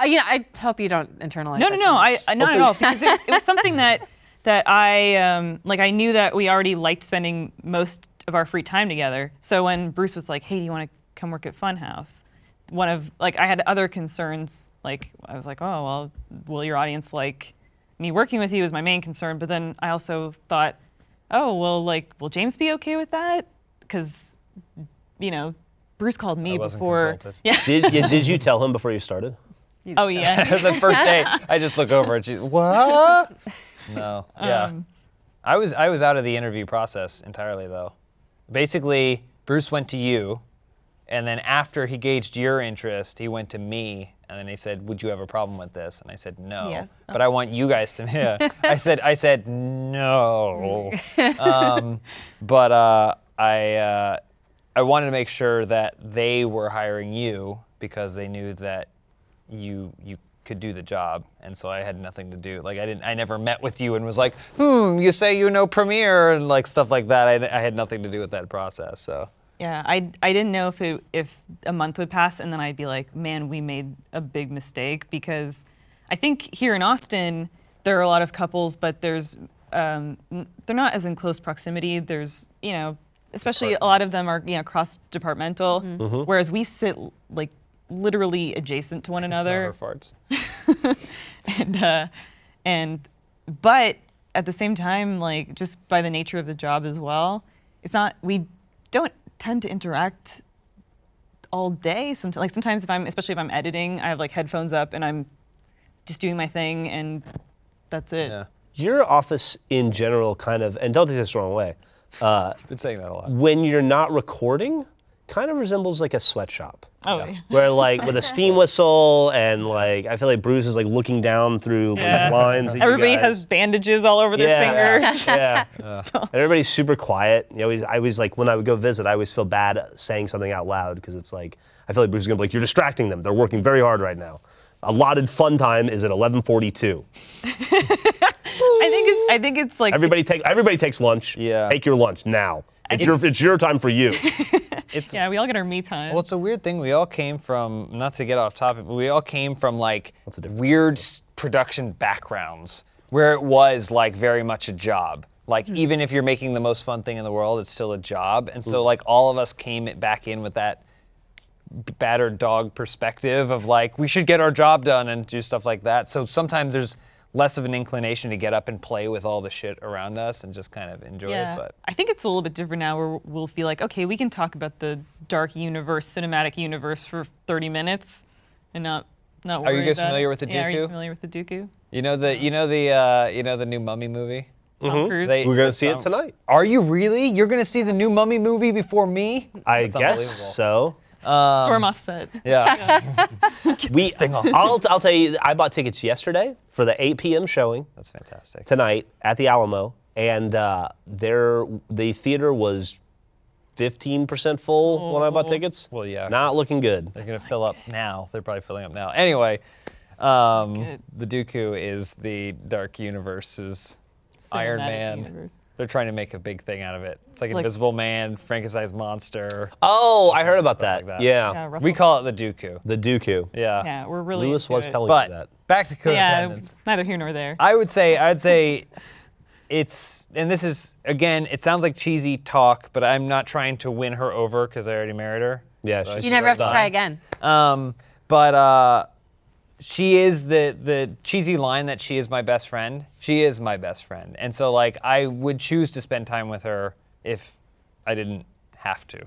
Uh, you know, I hope you don't internalize. No, that no, so no. much. I I- not at all because it was, it was something that that I um, like. I knew that we already liked spending most of our free time together. So when Bruce was like, "Hey, do you want to come work at Funhouse?" one of like I had other concerns. Like I was like, oh well, will your audience like me working with you? Is my main concern. But then I also thought, oh well, like will James be okay with that? Because you know, Bruce called me I wasn't before. consulted. Yeah. Did, you- did you tell him before you started? Oh yeah. the first day, I just look over and she's what? No, yeah. I was I was out of the interview process entirely though. Basically, Bruce went to you, and then after he gauged your interest, he went to me, and then he said, "Would you have a problem with this?" And I said, "No." Yes. But I want you guys to. Yeah. I said I said no. Um, but uh, I uh, I wanted to make sure that they were hiring you because they knew that you you could do the job and so i had nothing to do like i didn't i never met with you and was like hmm you say you know premiere and like stuff like that i, I had nothing to do with that process so Yeah, I, I didn't know if it, if a month would pass and then I'd be like, man, we made a big mistake because I think here in Austin there are a lot of couples, but there's um, n- they're not as in close proximity. There's you know, especially a lot of them are you know cross departmental, whereas we sit like literally adjacent to one another Smell her farts and uh, and but at the same time, like just by the nature of the job as well, it's not we don't tend to interact all day. Sometimes, like sometimes if I'm especially if I'm editing, I have like headphones up and I'm just doing my thing and that's it. yeah Your office in general, kind of, and don't take this the wrong way. Uh, been saying that a lot when you're not recording, kind of resembles like a sweatshop. Oh, Yeah. yeah. Where like with a steam whistle and like I feel like Bruce is like looking down through like, lines. at you everybody guys. has bandages all over their yeah, fingers. Yeah. And everybody's super quiet. You always, I always like when I would go visit, I always feel bad saying something out loud because it's like I feel like Bruce is gonna be like, "You're distracting them. They're working very hard right now." Allotted fun time is at 11:42. I think it's, I think it's like Everybody take everybody takes lunch. Yeah. Take your lunch now. It's, your it's your time for you. it's yeah, we all get our me time. Well, it's a weird thing. We all came from, not to get off topic, but we all came from like the difference? weird s- production backgrounds where it was like very much a job. Like, even if you're making the most fun thing in the world, it's still a job. And so, like, all of us came back in with that b- battered dog perspective of like, we should get our job done and do stuff like that. So sometimes there's less of an inclination to get up and play with all the shit around us and just kind of enjoy it. But I think it's a little bit different now where we'll feel like, okay, we can talk about the dark universe, cinematic universe for 30 minutes and not not worry you guys about it. familiar with the Yeah, are you Dooku? familiar with the Dooku? you know the, you know the, uh, you know the new Mummy movie? Mm-hmm. Tom Cruise? They- We're gonna see it tonight. Are you really? You're gonna see the new Mummy movie before me? I That's guess unbelievable. so. um, Storm offset. Yeah. We, I'll, I'll tell you, I bought tickets yesterday for the 8 p.m. showing. That's fantastic. tonight at the Alamo, and uh, there the theater was 15% full when I bought tickets. Oh, Well, yeah. Not looking good. They're gonna fill up now. They're probably filling up now. Anyway, um, the Dooku is the Dark Universe's Iron Cinematic Man. universe. They're trying to make a big thing out of it. It's like It's like- Invisible Man, Frankenstein's monster. Oh, I heard about that. like that. Yeah. Yeah, Russell. We call it the Dooku. The Dooku. Yeah. yeah, we're really Lewis into was it. telling me that. But back to Yeah, codependence. neither here nor there. I would say I'd say it's and this is again it sounds like cheesy talk, but I'm not trying to win her over because I already married her. Yeah, So she's- I You You should never have to stop. try again. Um, but uh, she is the the cheesy line that she is my best friend. She is my best friend, and so like I would choose to spend time with her if I didn't have to.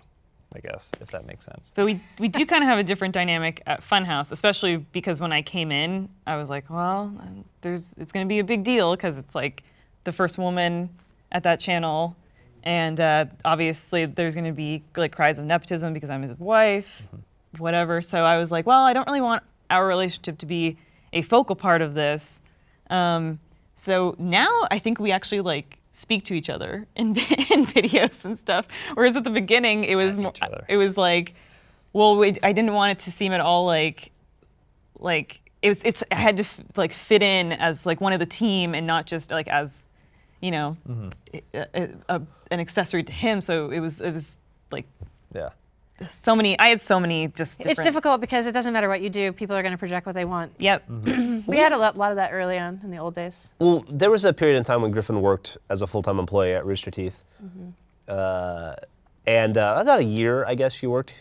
I guess if that makes sense. But we, we do kind of have a different dynamic at Funhouse, especially because when I came in, I was like, well, um, there's it's going to be a big deal because it's like the first woman at that channel, and uh, obviously there's going to be like cries of nepotism because I'm his wife, Mm-hmm. whatever. So I was like, well, I don't really want our relationship to be a focal part of this. Um, so now I think we actually like speak to each other in, in videos and stuff. Whereas at the beginning it was more, each other. it was like, well, we, I didn't want it to seem at all like, like it was. It's I had to f- like fit in as like one of the team and not just like as, you know, Mm-hmm. a- a- a- an accessory to him. So it was it was like Yeah. so many. I had so many just. Different, It's difficult because it doesn't matter what you do, people are going to project what they want. Yep. Mm-hmm. We had a lot, lot of that early on in the old days. Well, there was a period in time when Griffin worked as a full time employee Mm-hmm. at Rooster Teeth. Uh, and uh, about a year, I guess, she worked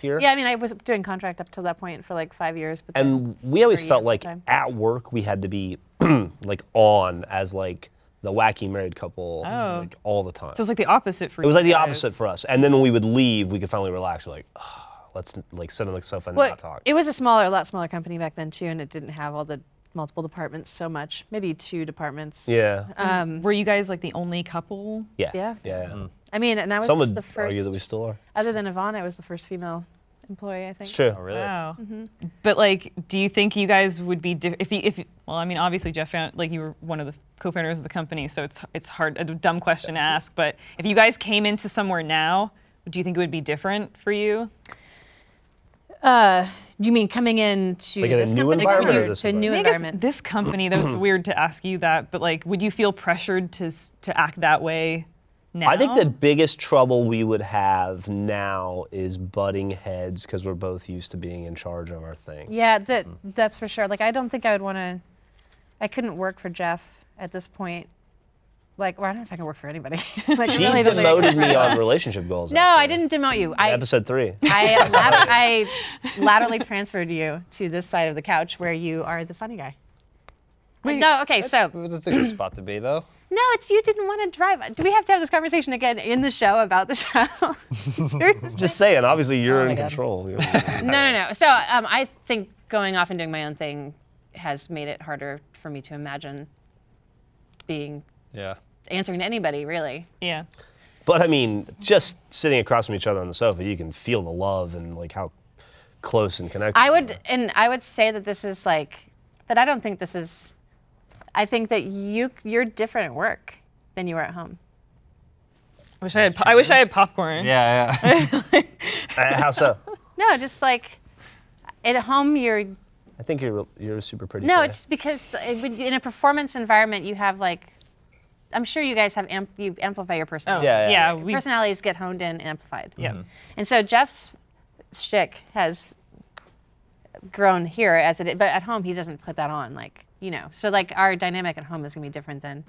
here. Yeah, I mean, I was doing contract up till that point for like five years, but then And we always Three felt years like at a time. at work we had to be like on as like the wacky married couple Oh. like, all the time. So it's like the opposite for it was you like the guys. opposite for us. And then when we would leave, we could finally relax. We're like, "Ah, let's like sit on the sofa and Well, not talk. it was a smaller, a lot smaller company back then too, and it didn't have all the multiple departments so much. Maybe two departments. yeah. Were you guys like the only couple? Uh, yeah. yeah. Yeah. I mean, and I was Some would the first. argue that we still are. Other than Yvonne, I was the first female employee. I think. It's true. Oh, really? Wow. But like, do you think you guys would be diff- if you, if you- well, I mean, obviously Jeff found like you were one of the co-founders of the company, so it's it's hard a dumb question to ask. But if you guys came into somewhere now, do you think it would be different for you? Do you mean coming in to Like in a this new company environment or or this to a new I guess environment? this company, though, it's weird to ask you that. But like, would you feel pressured to s- to act that way now? I think the biggest trouble we would have now is butting heads because we're both used to being in charge of our thing. Yeah, that Hmm. that's for sure. Like I don't think I would want to. I couldn't work for Jeff at this point. Like, well, I don't know if I can work for anybody. like, She really don't think- demoted me on relationship goals. No, I didn't demote you. I Episode three. I, lat- I laterally transferred you to this side of the couch where you are the funny guy. Uh, no, okay, so That's a good spot to be, though. no, it's you didn't want to drive. Do we have to have this conversation again in the show about the show? Seriously? Just saying, obviously you're Oh my in God. control. You're- no, no, no. So um, I think going off and doing my own thing has made it harder for me to imagine being Yeah. answering to anybody, really. yeah. but I mean, just sitting across from each other on the sofa, you can feel the love and like how close and connected. I we would, are. and I would say that this is like, but I don't think this is. I think that you you're different at work than you were at home. Wish I had. po- I wish I had popcorn. Yeah, yeah. Uh, how so? No, just like at home you're. I think you're you're super pretty. No, today. it's because it would, in a performance environment you have like, I'm sure you guys have amp, you amplify your personality. Yeah, yeah. Oh. we, Personalities get honed in and amplified. yeah. Mm-hmm. And so Jeff's shtick has grown here as it is, but at home he doesn't put that on. Like, you know, so like our dynamic at home is gonna be different than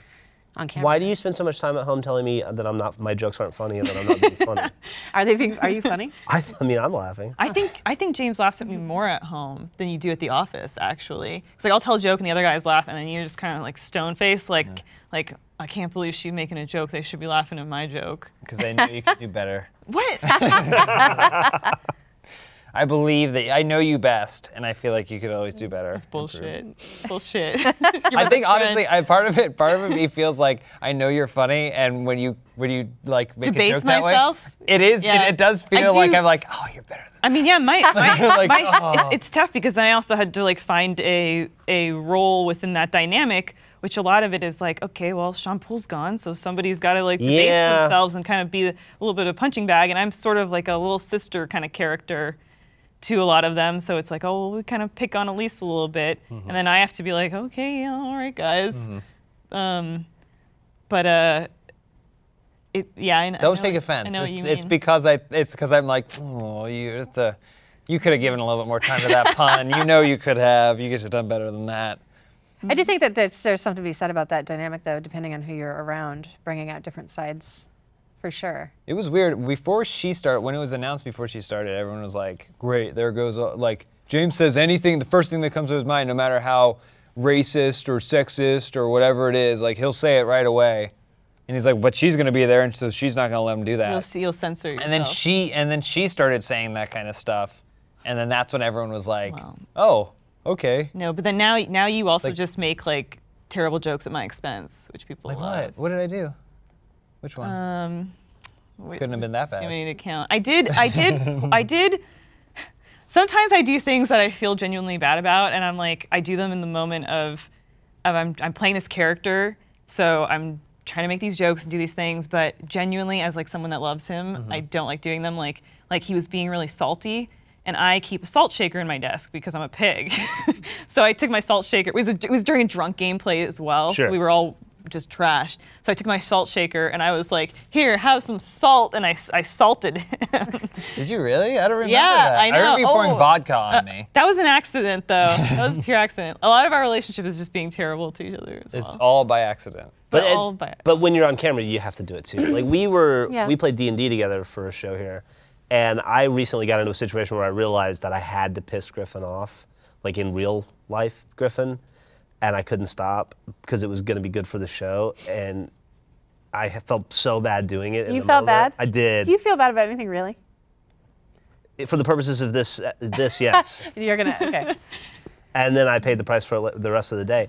on camera. Why do you spend so much time at home telling me that I'm not my jokes aren't funny and that I'm not being funny? Are they being, are you funny? I, I mean, I'm laughing. I think I think James laughs at me more at home than you do at the office, actually. It's like I'll tell a joke and the other guys laugh, and then you're just kind of like stone faced, like like I can't believe she's making a joke. They should be laughing at my joke. Because they knew you could do better. What? I believe that I know you best, and I feel like you could always do better. That's bullshit. bullshit. You're my I think best friend. honestly, I, part of it, part of it, me feels like I know you're funny, and when you when you like make Debase a joke that way, myself? it is. Yeah. It, it does I feel like do- I'm like, oh, you're better than. I mean, yeah, my, my, Like, my it's, it's tough because then I also had to like find a a role within that dynamic, which a lot of it is like, okay, well, Sean Pool's gone, so somebody's got to like debase Yeah. themselves and kind of be a little bit of a punching bag, and I'm sort of like a little sister kind of character to a lot of them, so it's like, oh, well, we kind of pick on Elise a little bit, and then I have to be like, okay, yeah, all right, guys, Mm-hmm. um, but uh. It, yeah, I, kn- I know Don't take what- offense. I know what it's, you it's mean. because I. It's because I'm like, oh, you. It's a, you could have given a little bit more time to that pun. You know, you could have. You could have done better than that. I do think that there's, there's something to be said about that dynamic though, depending on who you're around, bringing out different sides for sure. It was weird. Before she started, when it was announced before she started, everyone was like, great, there goes, uh, like, James says anything, the first thing that comes to his mind, no matter how racist or sexist or whatever it is, like, he'll say it right away. And he's like, but she's going to be there, and so she's not going to let him do that. you'll, see- you'll censor yourself. and then she, and then she started saying that kind of stuff. And then that's when everyone was like, Wow. oh, okay. No, but then now now you also Like- just make like terrible jokes at my expense, which people Like, love. what? What did I do? Which one? Uh, Wait, Couldn't have been that it's Too bad. many to count. I did. I did. I did. Sometimes I do things that I feel genuinely bad about, and I'm like, I do them in the moment of, of I'm I'm playing this character, so I'm trying to make these jokes and do these things, but genuinely as like someone that loves him, I don't like doing them. Like like he was being really salty. And I keep a salt shaker in my desk because I'm a pig. so I took my salt shaker. It was, a, it was during a drunk gameplay as well. Sure. So we were all just trashed. So I took my salt shaker and I was like, here, have some salt. And I, I salted him. did you really? I don't remember Yeah, that. I know. remember you pouring Oh, vodka on me. that was an accident, though. That was a pure accident. A lot of our relationship is just being terrible to each other as It's well. all by accident. but it- all by- but when you're on camera, you have to do it too. Like we were, Yeah. we played D and D together for a show here, And I recently got into a situation where I realized that I had to piss Griffin off, like in real life Griffin, and I couldn't stop because it was going to be good for the show. And I ha- felt so bad doing it. in You the felt moment. bad? I did. Do you feel bad about anything, really? for the purposes of this, uh, this yes. You're gonna okay. and then I paid the price for it li- the rest of the day.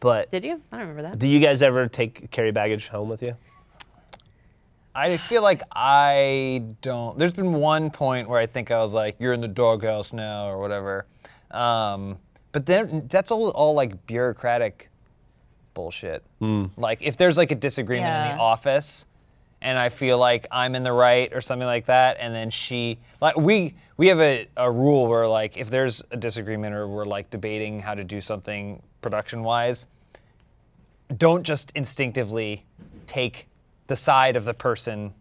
But Did you? I don't remember that. do you guys ever take carry baggage home with you? I feel like I don't. There's been one point where I think I was like, "You're in the doghouse now," or whatever. Um, but then that's all, all like bureaucratic bullshit. Like if there's like a disagreement in Yeah. the office, and I feel like I'm in the right or something like that, and then she like we we have a, a rule where like if there's a disagreement or we're like debating how to do something production wise, don't just instinctively take the side of the person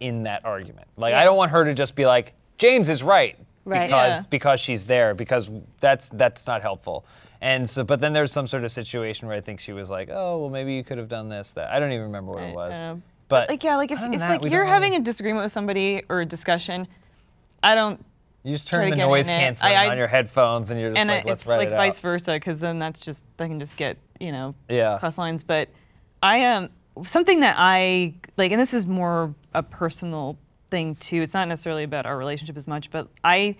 in that argument. Like I don't want her to just be like James is right, Right. because Yeah. because she's there because that's that's not helpful. And so but then there's some sort of situation where I think she was like, "Oh, well maybe you could have done this that." I don't even remember what it was. Uh, but like yeah, like if, other than if that, like we you're don't really- having a disagreement with somebody or a discussion, I don't you just try turn to the get noise in it. I- canceling I- on your headphones and you're just and like, it- "Let's it's write like it out." vice versa because then that's just that can just get you know Yeah. cross lines but i am something that i like and this is more a personal thing too it's not necessarily about our relationship as much but i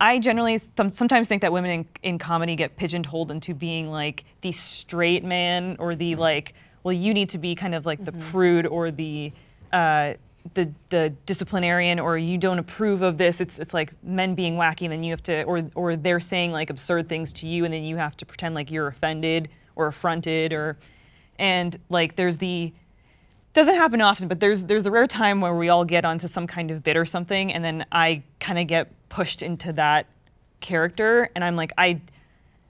i generally th- sometimes think that women in, in comedy get pigeonholed into being like the straight man or the like well you need to be kind of like the prude or the uh, the the disciplinarian or you don't approve of this. It's it's like men being wacky and then you have to or or they're saying like absurd things to you and then you have to pretend like you're offended or affronted or and like there's the doesn't happen often, but there's there's the rare time where we all get onto some kind of bit or something and then I kind of get pushed into that character and I'm like I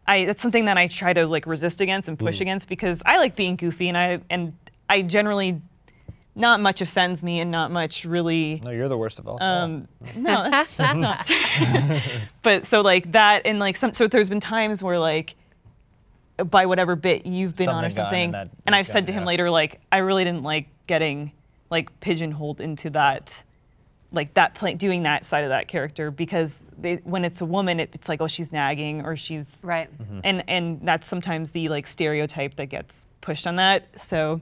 I that's something that I try to like resist against and push against because I like being goofy and I and I generally not much offends me and not much really No, you're the worst of all. um, no that's that's not but so like that and like some so there's been times where like by whatever bit you've been on or Something gone something and that- and i've that's said gone, to him yeah. later like i really didn't like getting like pigeonholed into that like that play, doing that side of that character because they, when it's a woman it, it's like oh she's nagging or she's Right. Mm-hmm. Mm-hmm. and and that's sometimes the like stereotype that gets pushed on that so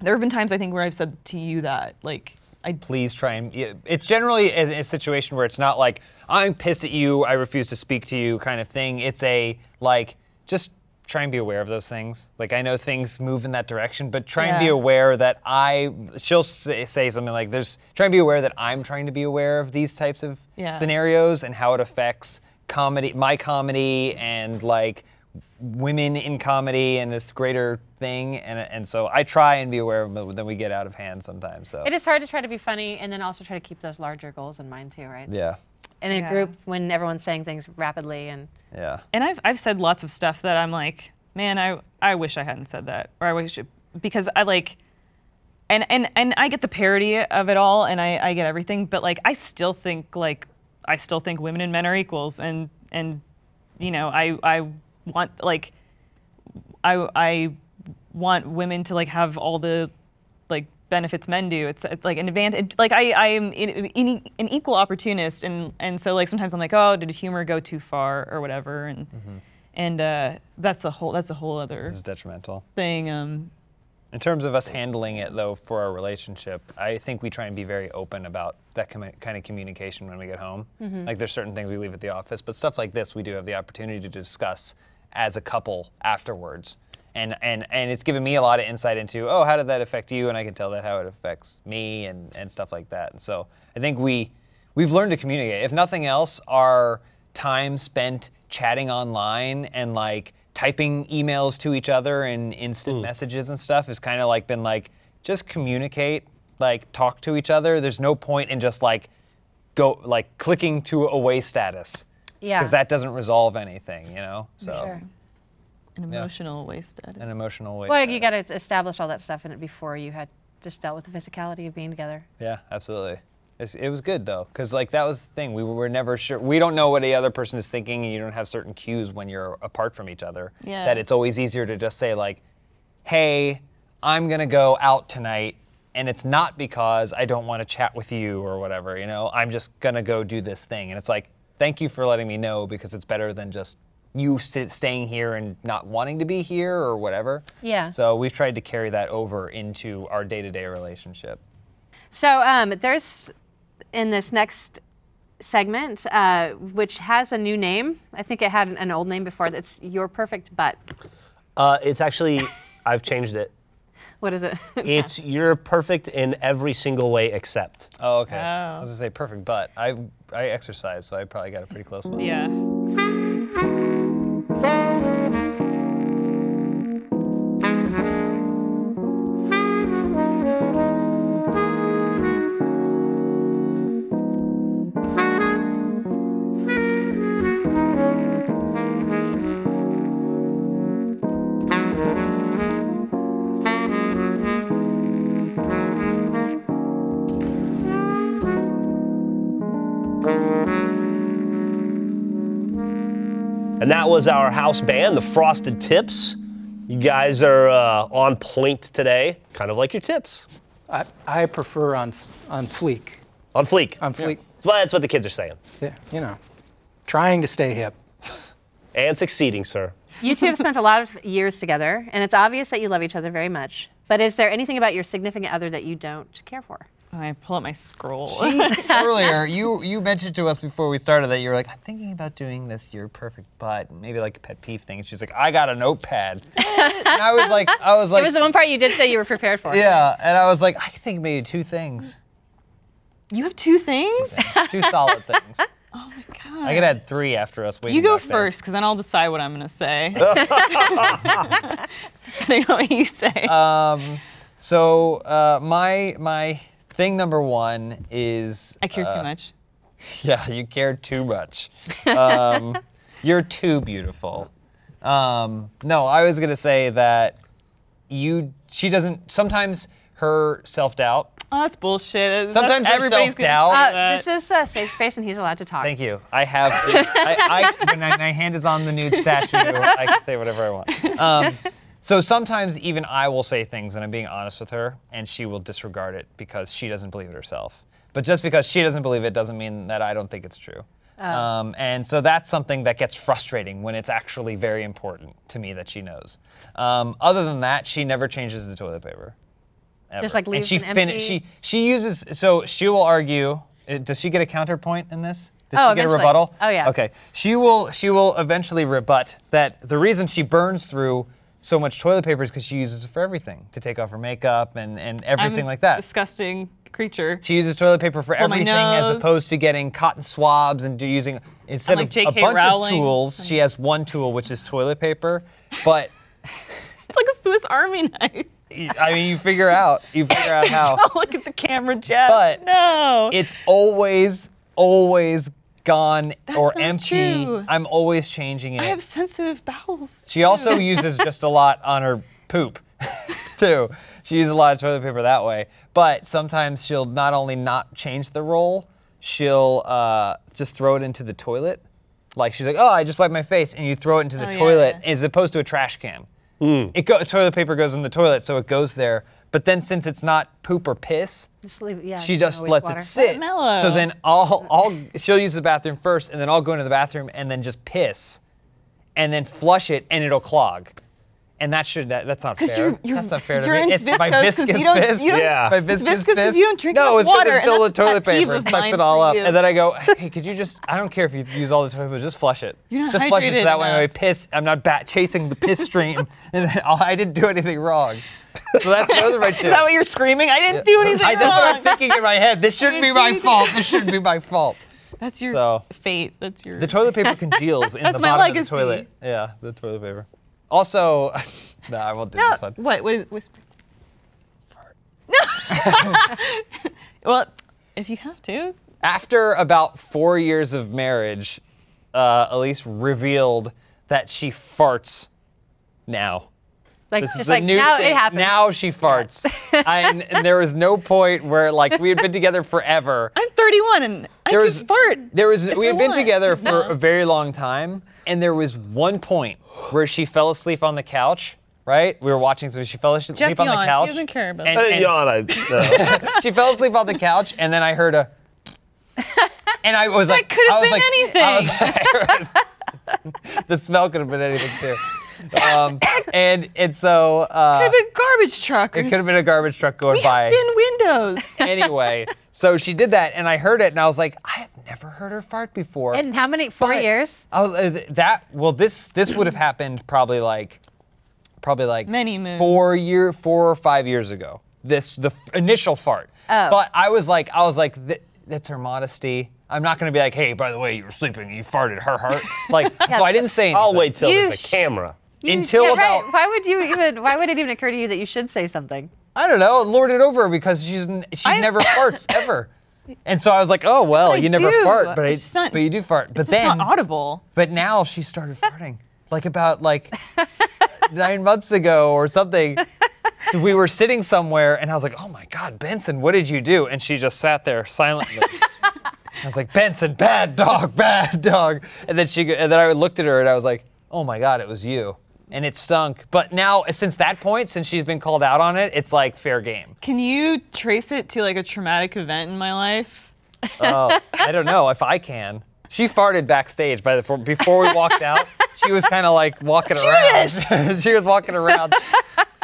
there have been times i think where i've said to you that like i please try and yeah, it's generally a, a situation where it's not like i'm pissed at you i refuse to speak to you kind of thing it's a like just try and be aware of those things like i know things move in that direction but try and be Yeah. aware that i she'll say, say something like there's try and be aware that i'm trying to be aware of these types of Yeah. scenarios and how it affects comedy my comedy and like women in comedy and this greater thing and, and so i try and be aware of them but then we get out of hand sometimes so It is hard to try to be funny and then also try to keep those larger goals in mind too, right? yeah In a Yeah. group when everyone's saying things rapidly and Yeah. and I've, I've said lots of stuff that I'm like, man, I, I wish I hadn't said that, or I wish, it, because I like, and, and, and I get the parody of it all, and I, I get everything, but like, I still think like, I still think women and men are equals, and, and, you know, I, I want like, I, I want women to like have all the like benefits men do. It's uh, like an advantage. Like I, I am in, in, an equal opportunist, and and so like sometimes I'm like, oh, did humor go too far or whatever, and and uh, that's a whole that's a whole other It's detrimental. thing. Um, In terms of us handling it, though, for our relationship, I think we try and be very open about that commu- kind of communication when we get home. Like, there's certain things we leave at the office, but stuff like this, we do have the opportunity to discuss as a couple afterwards. And, and, and it's given me a lot of insight into, oh, how did that affect you? And I can tell that how it affects me and, and stuff like that. And so I think we, we've learned to communicate. If nothing else, our time spent chatting online and like typing emails to each other and instant messages and stuff has kind of like been like just communicate, like talk to each other. There's no point in just like go like clicking to away status. Yeah. Because that doesn't resolve anything, you know? So an emotional waste status. an emotional way. well, you got to establish all that stuff in it before you had just dealt with the physicality of being together. Yeah, absolutely. It's, it was good though, because like that was the thing. We were never sure. We don't know what the other person is thinking, and you don't have certain cues when you're apart from each other. Yeah. That it's always easier to just say like, "Hey, I'm gonna go out tonight, and it's not because I don't want to chat with you or whatever, you know, I'm just gonna go do this thing. And it's like, thank you for letting me know because it's better than just you sit, staying here and not wanting to be here or whatever. Yeah. So we've tried to carry that over into our day to day relationship. So um, there's in this next segment, uh, which has a new name. I think it had an, an old name before. That's your perfect butt. Uh, it's actually, I've changed it. What is it? It's you're perfect in every single way except. Oh, okay. Oh. I was gonna say perfect, but I I exercise, so I probably got a pretty close one. Yeah. And that was our house band, the Frosted Tips. You guys are uh, on point today, kind of like your tips. I, I prefer on on fleek. On fleek. On fleek. That's what- that's what the kids are saying. Yeah, you know, trying to stay hip. And succeeding, sir. you two have spent a lot of years together, and it's obvious that you love each other very much. But is there anything about your significant other that you don't care for? I pull up my scroll. Earlier, you you mentioned to us before we started that you were like, I'm thinking about doing this your perfect butt, and maybe like a pet peeve thing. And she's like, I got a notepad. and I was like, I was It like, was the one part you did say you were prepared for. yeah, and I was like, I think maybe two things, you have two things? two solid things. God. I could add three after us. waiting You go back there. first, because then I'll decide what I'm going to say. Depending on what you say. Uh, So uh, my my thing number one is I care too much. Yeah, you care too much. Um, you're too beautiful. Um, no, I was gonna say that you. She doesn't. Sometimes her self doubt. Oh, that's bullshit. That's- Sometimes her everybody's gonna self-doubt- say Uh, that. this is a safe space, and he's allowed to talk. Thank you. I have. I, I, when I, my hand is on the nude statue, I can say whatever I want. Um, so sometimes even I will say things, and I'm being honest with her, and she will disregard it because she doesn't believe it herself. But just because she doesn't believe it doesn't mean that I don't think it's true. Oh. Um, and so that's something that gets frustrating when it's actually very important to me that she knows. Um, other than that, she never changes the toilet paper. Just ever. like leaves and she an fin- empty- She she uses so she will argue. uh, Does she get a counterpoint in this? Oh, Does she get a eventually. rebuttal? Oh, yeah. Okay. She will she will eventually rebut that the reason she burns through so much toilet paper is because she uses it for everything to take off her makeup and and I'm a everything like that. Disgusting creature. she uses toilet paper for my everything as nose. opposed to getting cotton swabs and do using instead like of a J.K. bunch Rowling. of tools, she has one tool which is toilet paper, but It's like a Swiss Army knife. I mean you figure out you figure out how Don't look at the camera, Jeff. Oh. But no. it's always, always gone or not empty. true. I'm always changing it. I have sensitive bowels. she also uses just a lot on her poop, too. She uses a lot of toilet paper that way. But sometimes she'll not only not change the roll, she'll uh, just throw it into the toilet. Like she's like, oh, I just wiped my face, and you throw it into the Oh, yeah, toilet yeah. as opposed to a trash can. It go- toilet paper goes in the toilet, so it goes there. But then since it's not poop or piss, Just leave, yeah, she you can just always lets water. it sit. mellow. So then I'll, I'll she'll use the bathroom first, and then I'll go into the bathroom and then just piss, and then flush it, and it'll clog. And that should that, that's not fair. Because you're, you're, that's not fair to you're me. in It's my viscose because viscous you don't, piss. you don't Yeah. My It's viscous viscous 'cause piss. you don't drink No, enough it's 'cause water, it's and filled with that's a pet toilet paper. peeve It of sucks mine it all for up, you. and then I go, hey, could you just? I don't care if you use all the toilet paper, just flush it. You're not just flush it so hydrated that way I enough. piss. I'm not bat chasing the piss stream, and then I didn't do anything wrong. So that's those are my tips. Is that what you're screaming? I didn't do anything I, that's what I'm wrong. thinking in my head. This shouldn't be didn't do my anything. fault. This shouldn't be my fault. That's your So- fate. That's your. The toilet paper congeals in That's the my bottom legacy. of the toilet. Yeah, the toilet paper. Also, no, I won't do No, this one. What? What? is- Whisper. No. well, if you have to. After about four years of marriage, uh, Elise revealed that she farts now. Like, This just is a like new now thing. it happens. Now she farts. and, and there was no point where like we had been together forever. I'm 31 and I There can was- fart. There was we I had been want. together for a very long time, and there was one point where she fell asleep on the couch, right? We were watching some. She fell asleep Jeff on the yawns. He couch. doesn't care about I and, didn't and yawn. I, uh, no. she fell asleep on the couch, and then I heard a. And I was like, could have I was been like- anything. I was like- the smell could have been anything too. Um, and and so uh, Could have been garbage truck. it could have been a garbage truck going We by. have thin windows. anyway, so she did that, and I heard it, and I was like, I have never heard her fart before. In how many? Four But years? I was uh, th- that well. This this would have happened probably like probably like Many moons. four year four or five years ago. This the f- initial fart. Oh. But I was like I was like th- that's her modesty. I'm not gonna be like, hey, by the way, you were sleeping, you farted her heart. Like, so I didn't say anything. I'll wait till there's Yeesh. a camera. You- Until yeah, right. about- Why would you even? Why would it even occur to you that you should say something? I don't know, lord it over her because she's n- she I- never farts ever. And so I was like, oh well, I you never do. fart, but I, It's just not- but you do fart. but it's then just not audible. But now she started farting, like about like nine months ago or something. We were sitting somewhere, and I was like, "Oh my God, Benson, what did you do?" And she just sat there silently. I was like, "Benson, bad dog, bad dog." And then she, go- and then I looked at her, and I was like, "Oh my God, it was you." And it stunk. But now, since that point, since she's been called out on it, it's like fair game. Can you trace it to like a traumatic event in my life? Oh, I don't know if I can. She farted backstage by the for- before we walked out. She was kind of like walking around. she was walking around,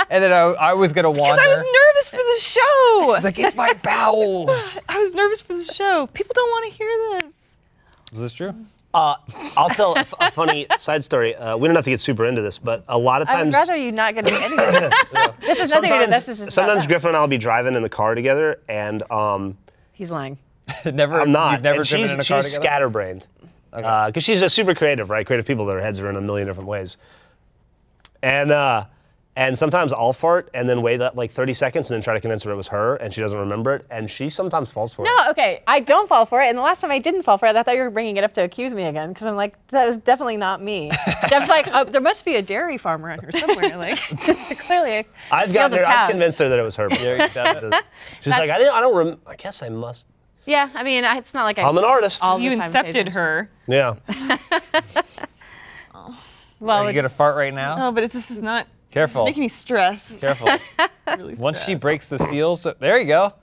and then I, I was gonna wander. Because I was nervous for the show. It's like it's my bowels. I was nervous for the show. People don't want to hear this. Is this true? I'll tell a, f- a funny side story. Uh, we don't have to get super into this, but a lot of I would times. rather you not going to do anything. this is nothing to do. This is about sometimes that. Griffin and I'll be driving in the car together, and um, He's lying. never. I'm not. You've never and driven she's, in a she's car together. scatterbrained. Because she's a super creative, right? Creative people, their heads are in a million different ways. And uh, and sometimes I'll fart and then wait like 30 seconds and then try to convince her it was her, and she doesn't remember it, and she sometimes falls for it. No, Oh, okay. I don't fall for it. And the last time I didn't fall for it, I thought you were bringing it up to accuse me again because I'm like, that was definitely not me. Jeff's like, oh, there must be a dairy farm around here somewhere. Like, clearly, I've got got her. I've convinced her that it was her. but She's like, I, That's- didn't, I don't. Rem- I guess I must. Yeah, I mean, I, it's not like I I'm an artist. all the You time incepted occasionally. her. Yeah. Well, Are it you gonna just- fart right now? No, but it, this is not. Careful. This is making me stressed. Careful. Really Once she stressed. breaks the seal, so there you go.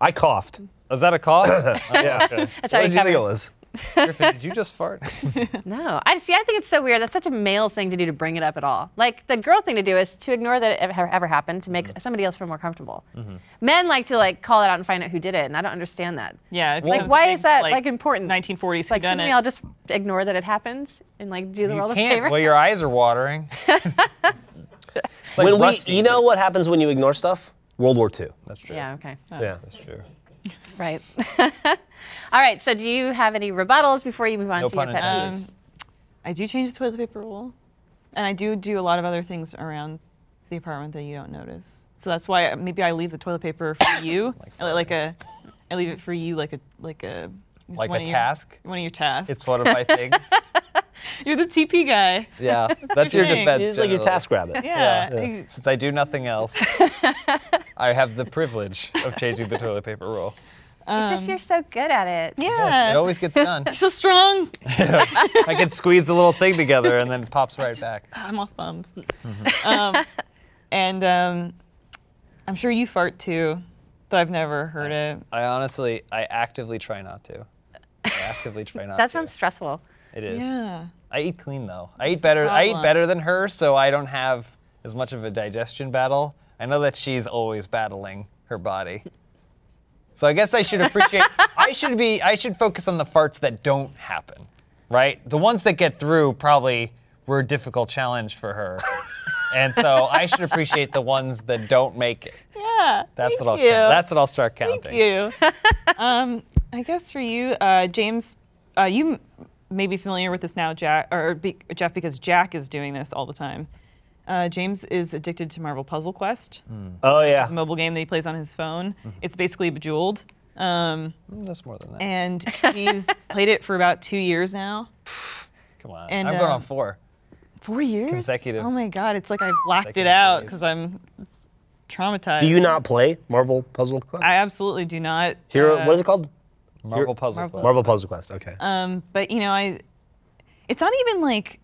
I coughed. Is that a call? yeah. that's how What he did you think it covers. was? Griffin, did you just fart? No, I see. I think it's so weird. That's such a male thing to do to bring it up at all. Like the girl thing to do is to ignore that it ever, ever happened to Mm-hmm. make somebody else feel more comfortable. Men like to like call it out and find out who did it, and I don't understand that. Yeah. it Like, becomes a why big, is that, like, important? 1940s. It's like shouldn't whodunit. we all just ignore that it happens and like do the you world a can't. favor? Well, your eyes are watering. It's like when we, rusty, you know what happens when you ignore stuff? World War II. but- That's true. yeah. Okay. yeah. That's true. Right. all right. So do you have any rebuttals before you move on No to your pun pet intended. peeves? I do change the toilet paper roll, and I do do a lot of other things around the apartment that you don't notice. So that's why I- maybe I leave the toilet paper for you, uh, like, a, I leave it for you like a like a it's Like one a of your- task? one of your tasks. It's one of my things. You're the TP guy. Yeah, that's your your thing. defense. It's like your generally. task rabbit. Yeah. I- Since I do nothing else, I have the privilege of changing the toilet paper roll. it's just you're so good at it. yeah. It always gets done. so strong. I can squeeze the little thing together and then it pops right back. Ah, I'm all thumbs. um, and um, I'm sure you fart too, though I've never heard it. I honestly, I actively try not to. I actively try not That to. sounds stressful. It is. Yeah. I eat clean though. I eat better. I eat problem. better than her, so I don't have as much of a digestion battle. I know that she's always battling her body. So I guess I should appreciate. I should be. I should focus on the farts that don't happen, right? The ones that get through probably were a difficult challenge for her, and so I should appreciate the ones that don't make it. Yeah. That's thank what I'll. you. Count. That's what I'll start counting. Thank you. um, I guess for you, uh, James, uh, you m- may be familiar with this now, Jack or be, Jeff, because Jack is doing this all the time. Uh, James is addicted to Marvel Puzzle Quest, Hmm. Oh yeah. the mobile game that he plays on his phone. It's basically Bejeweled, um, Mm, That's more than that. and he's played it for about two years now. Come on. and, I'm going uh, on four. Four years? Consecutive. Oh my God! It's like I blacked it Consecutive out days. because I'm traumatized. Do you not play Marvel Puzzle Quest? I absolutely do not. Hero. uh, what is it called? Marvel puzzle. Marvel Puzzle. Marvel Puzzle Quest. Okay. Um, but you know, I it's not even like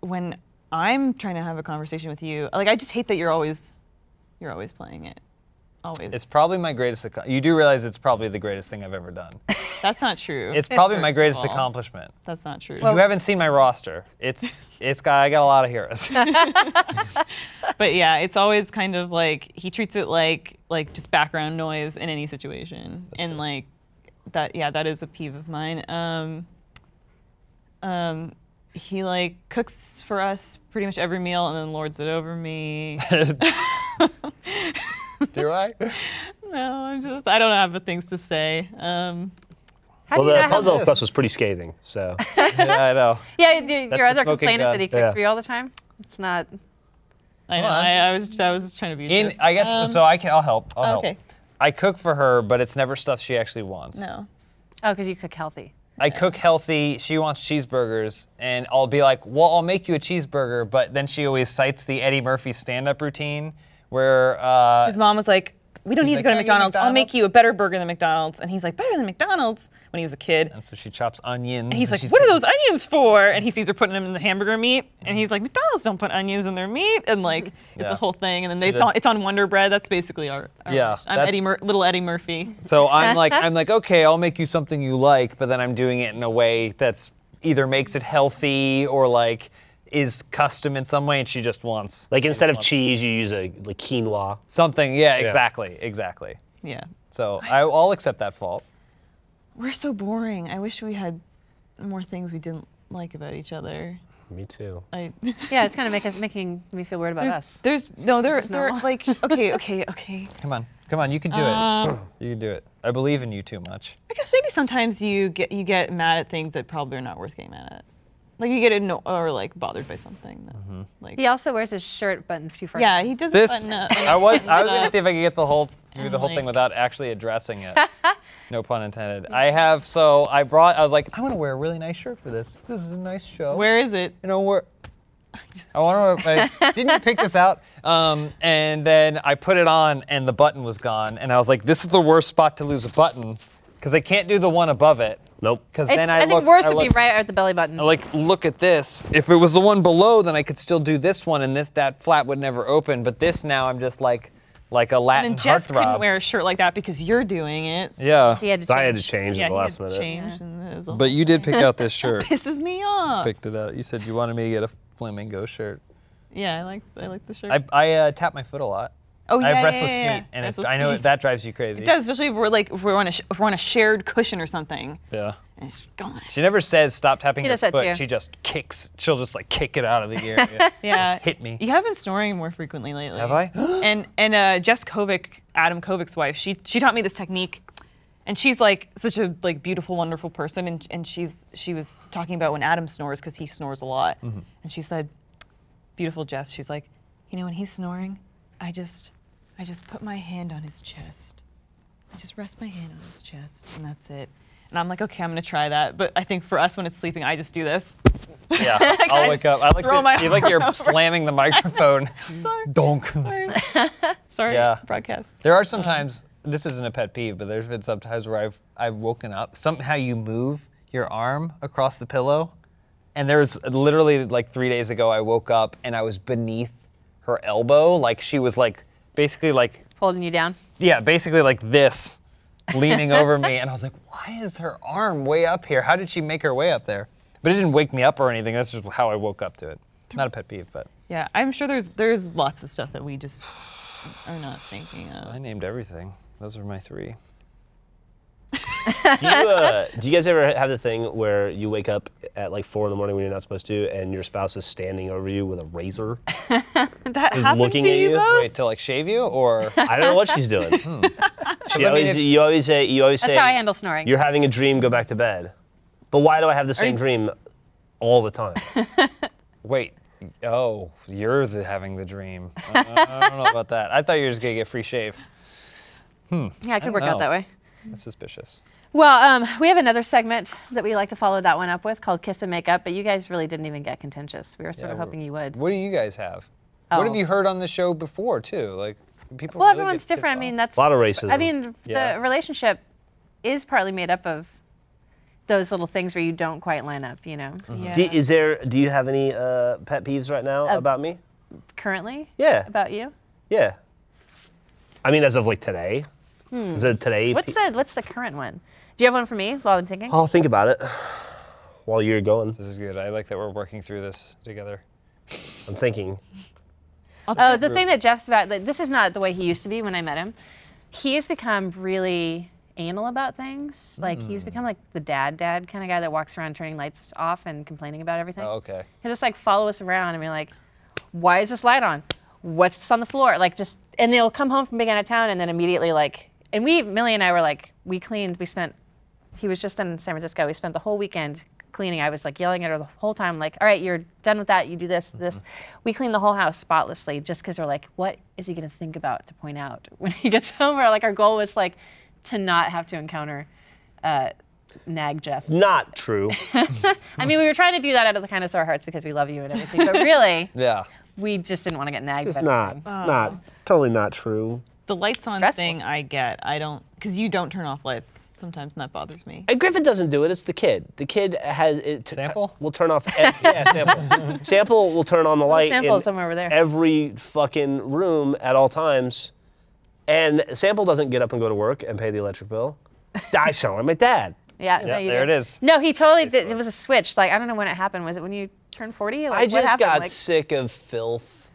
when I'm trying to have a conversation with you. Like I just hate that you're always you're always playing it. Always. It's probably my greatest. Ac- you do realize it's probably the greatest thing I've ever done. That's not true. It's probably my First of greatest all. accomplishment. That's not true. you haven't seen my roster. It's it's got I got a lot of heroes. but yeah, it's always kind of like he treats it like like just background noise in any situation, and like that. Yeah, that is a peeve of mine. Um, um, he like cooks for us pretty much every meal, and then lords it over me. do I? no, I'm just I don't have the things to say. Um, How Well, do you the know puzzle how? of course was pretty scathing. So Yeah, I know. Yeah, your, your the other smoking complaint is gun. that he cooks Yeah. for you all the time. It's not. I know. Well, I'm- I, I was I was trying to be. a In jerk. I guess Um, so. I can. I'll help. I'll okay. help. I cook for her, but it's never stuff she actually wants. No. Oh, because you cook healthy. I cook healthy. She wants cheeseburgers, and I'll be like, "Well, I'll make you a cheeseburger," but then she always cites the Eddie Murphy stand-up routine where uh, His mom was like, "We don't need to like, go to "Can't you McDonald's. I'll make McDonald's?" you a better burger than McDonald's." And he's like, "Better than McDonald's?" When he was a kid. and so she chops onions. And he's like, Um, she's "What are putting- those onions for?" And he sees her putting them in the hamburger meat, and he's like, "McDonald's don't put onions in their meat," and like it's Yeah. a whole thing. And then She they, it's, on, does. it's on Wonder Bread. That's basically our. our Yeah, lunch. I'm that's- Eddie, Mur- little Eddie Murphy. So I'm like, I'm like, okay, I'll make you something you like, but then I'm doing it in a way that's either makes it healthy or like is custom in some way, and she just wants like instead of cheese, you use a like quinoa. something. Yeah, exactly, exactly. Yeah, So I, I'll accept that fault. we're so boring. I wish we had more things we didn't like about each other. Me too. I, Yeah, it's kind of make us, making me feel weird about there's, us. there's no, there, is there, normal. like, okay, okay, okay. Come on, come on, you can do it. You can do it. I believe in you too much. I guess maybe sometimes you get you get mad at things that probably are not worth getting mad at. Like you get annoyed or like bothered by something. That, Like He also wears his shirt button too far. yeah, he does Mm-hmm. This, button up. I was, I was gonna see if I could get the whole, do the whole like- thing without actually addressing it. no pun intended. I have, so I brought, I was like, I'm gonna wear a really nice shirt for this. This is a nice show. Where is it? you know, we're. I want to. I, didn't you pick this out? Um, and then I put it on, and the button was gone. And I was like, this is the worst spot to lose a button, because they can't do the one above it. Nope. Because It's, then I, I, think looked- worse I would be looked- right at the belly button. I like look at this. If it was the one below, then I could still do this one, and this that flap would never open. But this now, I'm just like, like a Latin And Jeff couldn't heartthrob. wear a shirt like that because you're doing it. yeah. He had to So I had to change. change yeah, at the he last had minute. changed, and it was a But you did pick out this shirt. pisses me off. Picked it out. You said you wanted me to get a flamingo shirt. Yeah, I like I like the shirt. I, I uh, tap my foot a lot. oh I yeah, have yeah, restless yeah, yeah. feet, and Restless it, I know feet. that drives you crazy. It does, especially if we're like if we're on a sh- if we're on a shared cushion or something. Yeah. And it's gone. She never says stop tapping He your does that foot. too. She just kicks. She'll just like kick it out of the air. Yeah. Hit me. You have been snoring more frequently lately. Have I? and and uh, Jess Kovic, Adam Kovic's wife, she she taught me this technique. And she's like such a like beautiful, wonderful person. And, and she's she was talking about when Adam snores because he snores a lot. Mm-hmm. And she said, beautiful Jess, she's like, you know, when he's snoring, I just I just put my hand on his chest. I just rest my hand on his chest, and that's it. And I'm like, okay, I'm gonna try that. But I think for us, when it's sleeping, I just do this. yeah. I'll wake up. I like throw the- my you like you're slamming the microphone. Sorry. Donk. Sorry. Sorry. Yeah. Broadcast. There are some times. This isn't a pet peeve, but there's been some times where I've I've woken up. Somehow you move your arm across the pillow, and there's literally like three days ago I woke up and I was beneath her elbow, like she was like basically like Holding you down. yeah, basically like this, leaning over me, and I was like, why is her arm way up here? How did she make her way up there? But it didn't wake me up or anything. That's just how I woke up to it. Not a pet peeve, but Yeah, I'm sure there's there's lots of stuff that we just are not thinking I of. named everything. Those are my three. do, you, uh, do you guys ever have the thing where you wake up at like four in the morning when you're not supposed to, and your spouse is standing over you with a razor? That Just happened looking to at you, you? both? Wait, to like shave you or? I don't know what she's doing. She always, if- you always say, you always That's say, how I handle snoring. You're having a dream, go back to bed. But why do I have the same dream all the time? Wait. Oh, you're the, having the dream. Uh, I don't know about that. I thought you were just gonna get free shave. yeah, I could don't work out know. that way. That's suspicious. Well, um, we have another segment that we like to follow that one up with called Kiss and Make Up, but you guys really didn't even get contentious. We were sort Yeah, of we're- hoping you would. What do you guys have? What have Oh. you heard on the show before too? Like people. Well, really get everyone's pissed different. I off. mean, that's A lot of racism. I mean, Yeah. the relationship is partly made up of those little things where you don't quite line up, you know, Mm-hmm. Yeah. Do, is there? Do you have any uh, pet peeves right now about me? currently. Yeah. About you. Yeah. I mean, as of like today. Is it today? Hmm. What's the What's the current one? Do you have one for me while I'm thinking? I'll think about it while you're going. This is good. I like that we're working through this together. I'm thinking. Oh, the thing that Jeff's about, like, this is not the way he used to be when I met him. He has become really anal about things. Like, Hmm. he's become like the dad dad kind of guy that walks around turning lights off and complaining about everything. Oh, okay. He'll just like follow us around and be like, why is this light on? What's this on the floor? Like, just, and they'll come home from being out of town and then immediately, like, and we, Millie and I were like, we cleaned, we spent, he was just in San Francisco. We spent the whole weekend cleaning. I was like yelling at her the whole time, like, all right, you're done with that. You do this, this. We cleaned the whole house spotlessly just because we're like, what is he going to think about to point out when he gets home? Or like, our goal was like to not have to encounter, uh, nag Jeff. Not true. I mean, we were trying to do that out of the kindness of our hearts because we love you and everything, but really, Yeah. we just didn't want to get nagged. It's about not. everything. Not. Totally not true. The lights on Stressful. thing I get. I don't because you don't turn off lights sometimes, and that bothers me. And Griffin doesn't do it. It's the kid. The kid has it. T- Sample? will turn off. ev- yeah, sample. sample will turn on the light. Sample in somewhere over there. Every fucking room at all times. And sample doesn't get up and go to work and pay the electric bill. I sound like my dad. Yeah, no, you there do. it is. No, he totally did. It was a switch. Like I don't know when it happened. Was it when you turned 40? Like, I what just happened? got Like, sick of filth.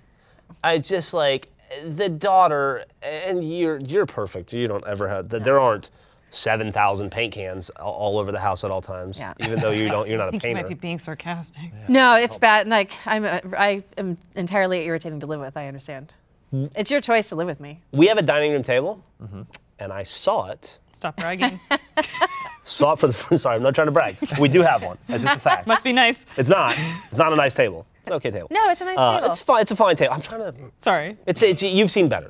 I just like the daughter, and you're you're perfect. You don't ever have. that There aren't seven thousand paint cans a- all over the house at all times. Yeah. Even though you don't, you're not I a think you might be painter. being sarcastic. no, Oh. it's bad. Like I'm, a, I am entirely irritating to live with. I understand. Hmm. It's your choice to live with me. We have a dining room table, Mm-hmm. and I saw it. Stop bragging. Saw it for the. Sorry, I'm not trying to brag. We do have one. That's just a fact. Must be nice. It's not. It's not a nice table. It's an okay table. No, it's a nice Uh, table. It's fine. It's a fine table. I'm trying to. Sorry. It's, it's you've seen better.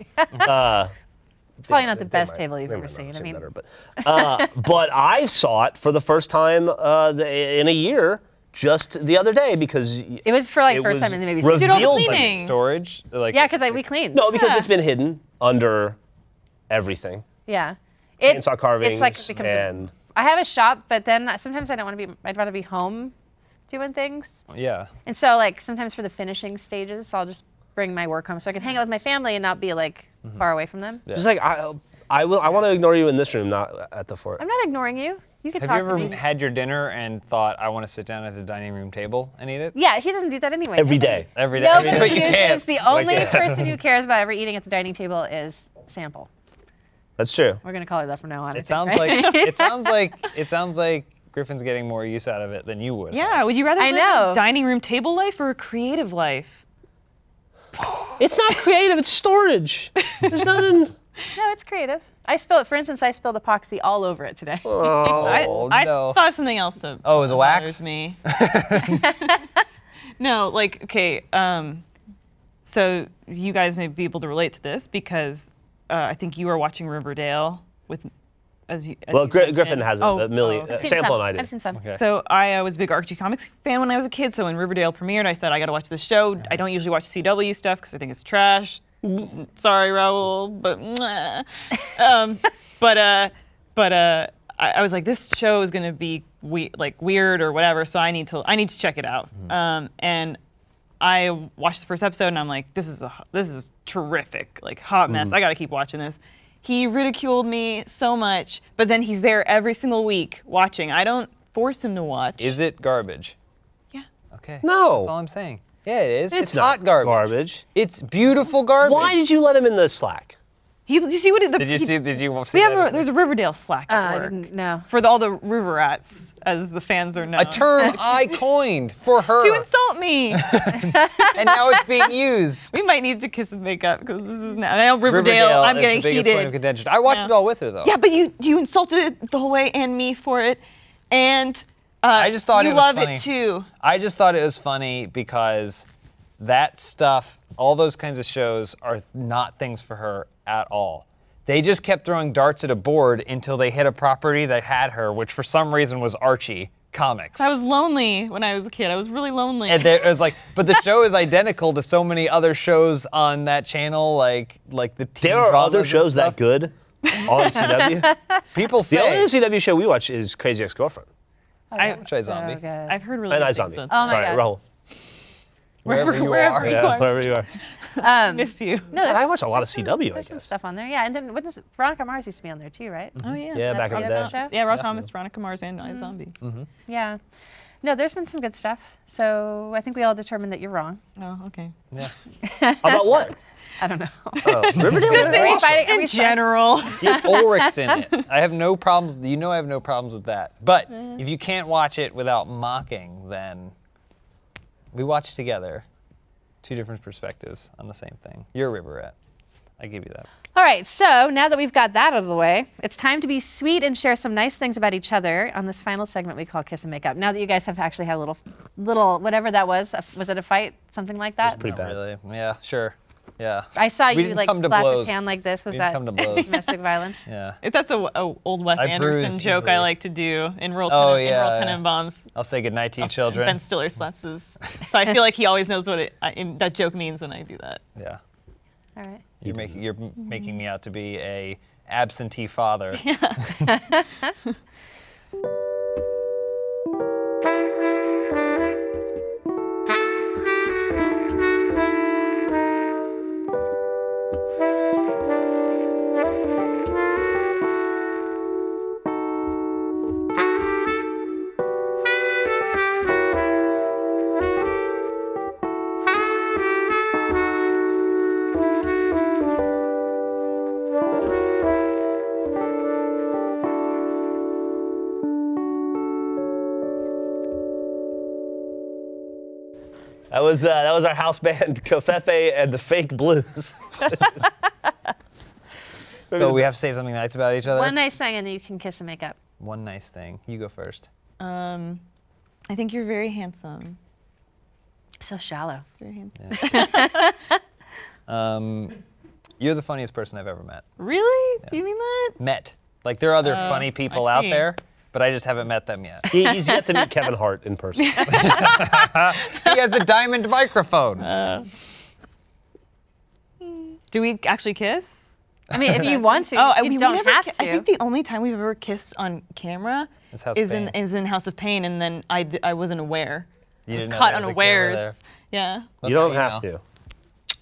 It's probably not the They best might- table you've they ever might not seen. have I mean, better, but, uh, but I saw it for the first time uh, th- in a year just the other day because y- it was for like It first was time in maybe revealed- six. Did all the Feels like cleaning. Storage? Like oh, Yeah, because we cleaned. no because it's been hidden under everything. Yeah. Chainsaw carvings It's like it becomes. and- A, I have a shop, but then sometimes I don't want to be. I'd rather be home, doing things. Yeah. And so, like sometimes for the finishing stages, I'll just bring my work home so I can hang out with my family and not be like Mm-hmm. far away from them. Just like I, I will. I want to ignore you in this room, not at the fort. I'm not ignoring you. You can Have talk you ever to me. had your dinner and thought, I want to sit down at the dining room table and eat it? yeah, he doesn't do that anyway. Every day. Every day. Nobody But you uses- can't. the Like, only yeah. person who cares about ever eating at the dining table is Sample. That's true. We're gonna call her that from now on. I It think, sounds right? like it sounds like it sounds like Griffin's getting more use out of it than you would. Yeah. Would you rather I live know. a dining room table life or a creative life? It's not creative. It's storage. There's nothing. no, it's creative. I spilled, for instance, I spilled epoxy all over it today. Oh, I, I no. thought of something else. That Oh, the that wax? bothers me. no, like okay. Um, so you guys may be able to relate to this because uh, I think you were watching Riverdale with as you. As Well, you Gri- mentioned. Griffin has it, Oh, but Millie- oh, okay. uh, I've seen Sample some. and I did. I've seen some. So I uh, was a big Archie Comics fan when I was a kid. So when Riverdale premiered, I said I got to watch this show. I don't usually watch CW stuff because I think it's trash. Sorry, Raul, but mwah. um, but uh, but uh, I, I was like, this show is gonna be we- like weird or whatever. So I need to I need to check it out. Mm-hmm. Um, and I watched the first episode and I'm like, this is a this is terrific, like hot Mm-hmm. mess. I gotta keep watching this. He ridiculed me so much, but then he's there every single week watching. I don't force him to watch. Is it garbage? yeah. Okay. No. That's all I'm saying. Yeah, it is. It's, not hot garbage. garbage. It's beautiful garbage. Why did you let him in the slack? He, did you see what it- the, Did you he- see? Did you see We that? have a, there's a Riverdale Slack Uh, at I work didn't know. for the, all the river rats, as the fans are known. a term I coined for her, to insult me. and now it's being used. we might need to kiss and make up because this is now, now Riverdale. I'm is getting the biggest point of heated. contention. I watched Yeah. it all with her though. Yeah, but you you insulted it the whole way and me for it, and uh, I just thought you it was love funny. it too. I just thought it was funny because that stuff, all those kinds of shows, are not things for her at all. They just kept throwing darts at a board until they hit a property that had her, which for some reason was Archie comics. I was lonely when I was a kid. I was really lonely. and there, it was like, but the show is identical to so many other shows on that channel, like like the. Teen There are other dramas and shows that stuff. good on CW. People The only say CW show we watch is Crazy Ex Girlfriend. I, Try zombie. So good. I've heard really And good I things zombie. about Oh my Sorry, God. Rahul. Wherever you wherever are. you Yeah, are. wherever you are. Miss you. Um, no, God, I there's- watch a lot of there's some- CW, I There's some guess. stuff on there, yeah. And then what does Veronica Mars used to be on there too, right? Oh yeah. Yeah, That's back in the the other day. show. Yeah, Rob Thomas, Veronica Mars, and iZombie. Mm-hmm. Mm-hmm. Yeah. No, there's been some good stuff. So I think we all determined that you're wrong. Oh, okay. About what? I don't know. Oh, Riverdale. is Are we awesome. fighting- are we fighting- In general, Yeah, Ulrich's in it. I have no problems. You know I have no problems with that. But Mm-hmm. if you can't watch it without mocking, then we watch together. Two different perspectives on the same thing. You're a Riverette. I give you that. All right, so now that we've got that out of the way, it's time to be sweet and share some nice things about each other on this final segment we call Kiss and Make Up. Now that you guys have actually had a little, little whatever that was, a- was it a fight, something like that? pretty Not bad. really. Yeah, sure. Yeah. I saw We you didn't like come to slap blows. his hand like this. Was We that didn't come to blows. domestic violence? Yeah. If that's a, a old Wes I Anderson bruise joke easily. I like to do in Roll Oh, Tenen- in Roll yeah. Tenenbaums. I'll say goodnight to you, Ben children. Stiller slaps his. So I feel like he always knows what it, I, im- that joke means when I do that. Yeah. All right. You're making you're m- Mm-hmm. making me out to be a absentee father. That was uh, that was our house band, Covfefe and the Fake Blues. so we have to say something nice about each other. One nice thing, and then you can kiss and make up. One nice thing. You go first. Um, I think you're very handsome. So shallow. Very handsome. Um, You're the funniest person I've ever met. Really? Do you mean that? Met. Like there are other funny people out Oh, see. there, but I just haven't met them yet. He- he's yet to meet Kevin Hart in person. he has a diamond microphone. Uh, Do we actually kiss? I mean, if you want to, Oh, I- you we, we don't never. have ki- to. I think the only time we've ever kissed on camera It's House of is in Pain. is in House of Pain, and then I, d- I wasn't aware. I You was didn't know caught there was a camera there. unawares. Yeah. You don't Well, have you to.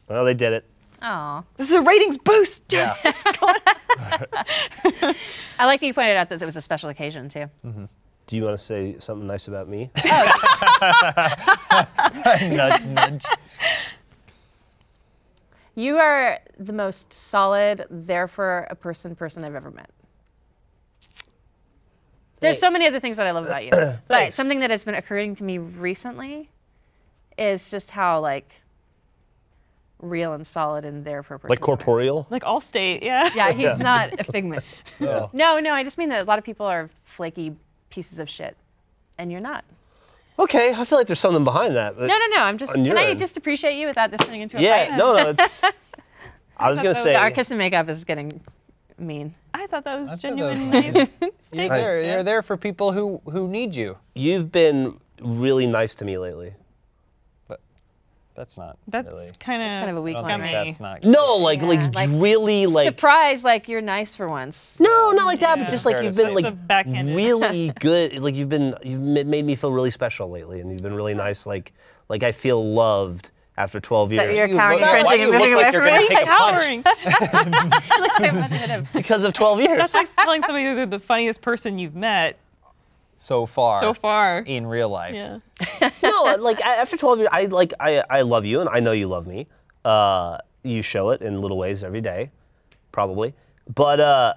Well, they did it. Aw. This is a ratings boost. Yeah. Jeff. I like that you pointed out that it was a special occasion too. Do you want to say something nice about me? Oh. nudge, nudge. You are the most solid, there for a person person I've ever met. There's so many other things that I love about you, but something that has been occurring to me recently is just how like real and solid and there for a person. Like you are. corporeal? like Allstate. Yeah. Yeah, he's not a figment. Oh. No, no, I just mean that a lot of people are flaky pieces of shit, and you're not. Okay, I feel like there's something behind that. but- No, no, no. I'm just. On Can your I end. just appreciate you without this turning into a Yeah, fight? no, no. It's, I was gonna that was say. Our kiss and makeup is getting mean. I thought that was I thought that was genuine. nice. nice You're statement, there, Jeff. you're there for people who, who need you. You've been really nice to me lately. But that's not That's really. kind of kind of a weak I don't one, think right? that's not No, like, Yeah, like, like, really, like. surprised like you're nice for once. No, not like that, but just like Fair to you've been say. like It's a backhanded- really good. Like you've been, you've ma- made me feel really special lately, and you've been really nice. Like, like I feel loved after 12 Is that years you're You cowering look- and why cringing do and you moving look away like from you're gonna me? take a punch? Cowering. It looks like I'm about to hit him. because of 12 years. That's like telling somebody they're the funniest person you've met so far. so far. In real life. Yeah. no, like I- after 12 years, I like I, I love you and I know you love me. Uh, you show it in little ways every day, probably. But uh,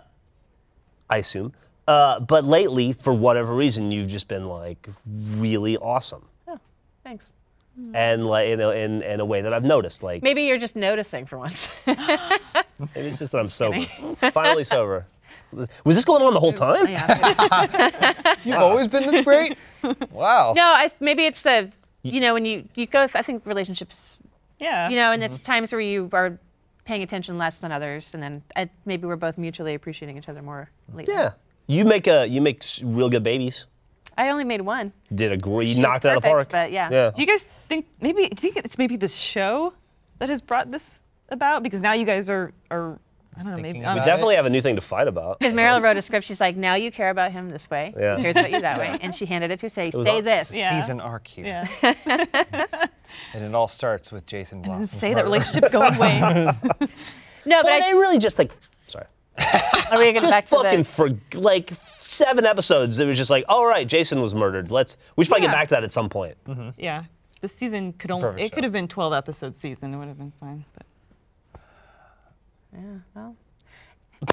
I assume. Uh, but lately, for whatever reason, you've just been like really awesome, Thanks. Mm. and like you know, in in a way that I've noticed. Like Maybe you're just noticing for once. maybe it's just that I'm sober, finally sober. Was this going on the whole time? oh, Yeah. You've always been this great? wow. No, I, maybe it's the you know when you you go. I think relationships. Yeah. You know, and Mm-hmm. it's times where you are paying attention less than others, and then I, maybe we're both mutually appreciating each other more lately. Yeah. You make a you make s- real good babies. I only made one. Did a gr- you She's knocked it out of the park. perfect, but yeah. Do you guys think maybe do you think it's maybe this show that has brought this about? Because now you guys are are I don't know. Maybe Thinking um, about We it. definitely have a new thing to fight about. Because Meryl wrote a script, she's like, now you care about him this way. Yeah. He cares about you that way. And she handed it to say, was say on- this. Yeah. Season arc here, yeah. and it all starts with Jason Blossom. And say that relationship's going away. No, but But I, they really just like, sorry. are we going to back Just to fucking the? for like seven episodes, it was just like, all right, Jason was murdered. Let's. We should probably Yeah. get back to that at some point. yeah. The season could only perfect it show. could have been 12 episode season. It would have been fine. But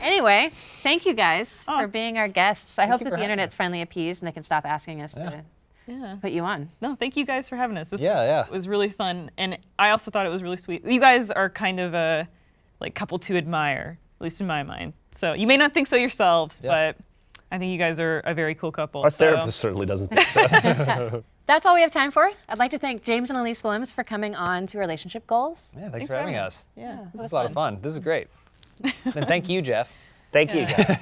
Anyway, thank you guys Oh. for being our guests. I hope you that for the having internet's finally appeased and they can stop asking us to yeah. put you on. No, thank you guys for having us. This Yeah, was, yeah. was really fun, and I also thought it was really sweet. You guys are kind of a like couple to admire, at least in my mind. So you may not think so yourselves, Yeah. but I think you guys are a very cool couple. Our so- therapist certainly doesn't think so. That's all we have time for. I'd like to thank James and Elise Williams for coming on to Relationship Goals. Yeah, thanks, for having us. Yeah, This is a lot of fun. This is great. and thank you, Jeff. Thank you. guys.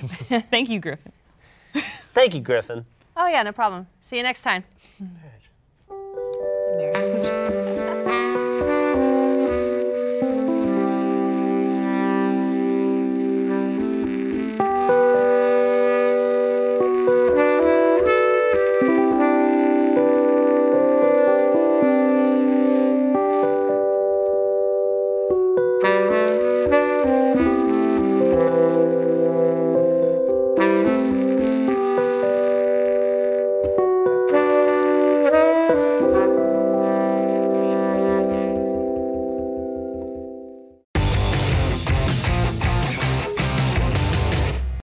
Thank you, Griffin. Thank you, Griffin. Oh, yeah, no problem. See you next time. Marriage.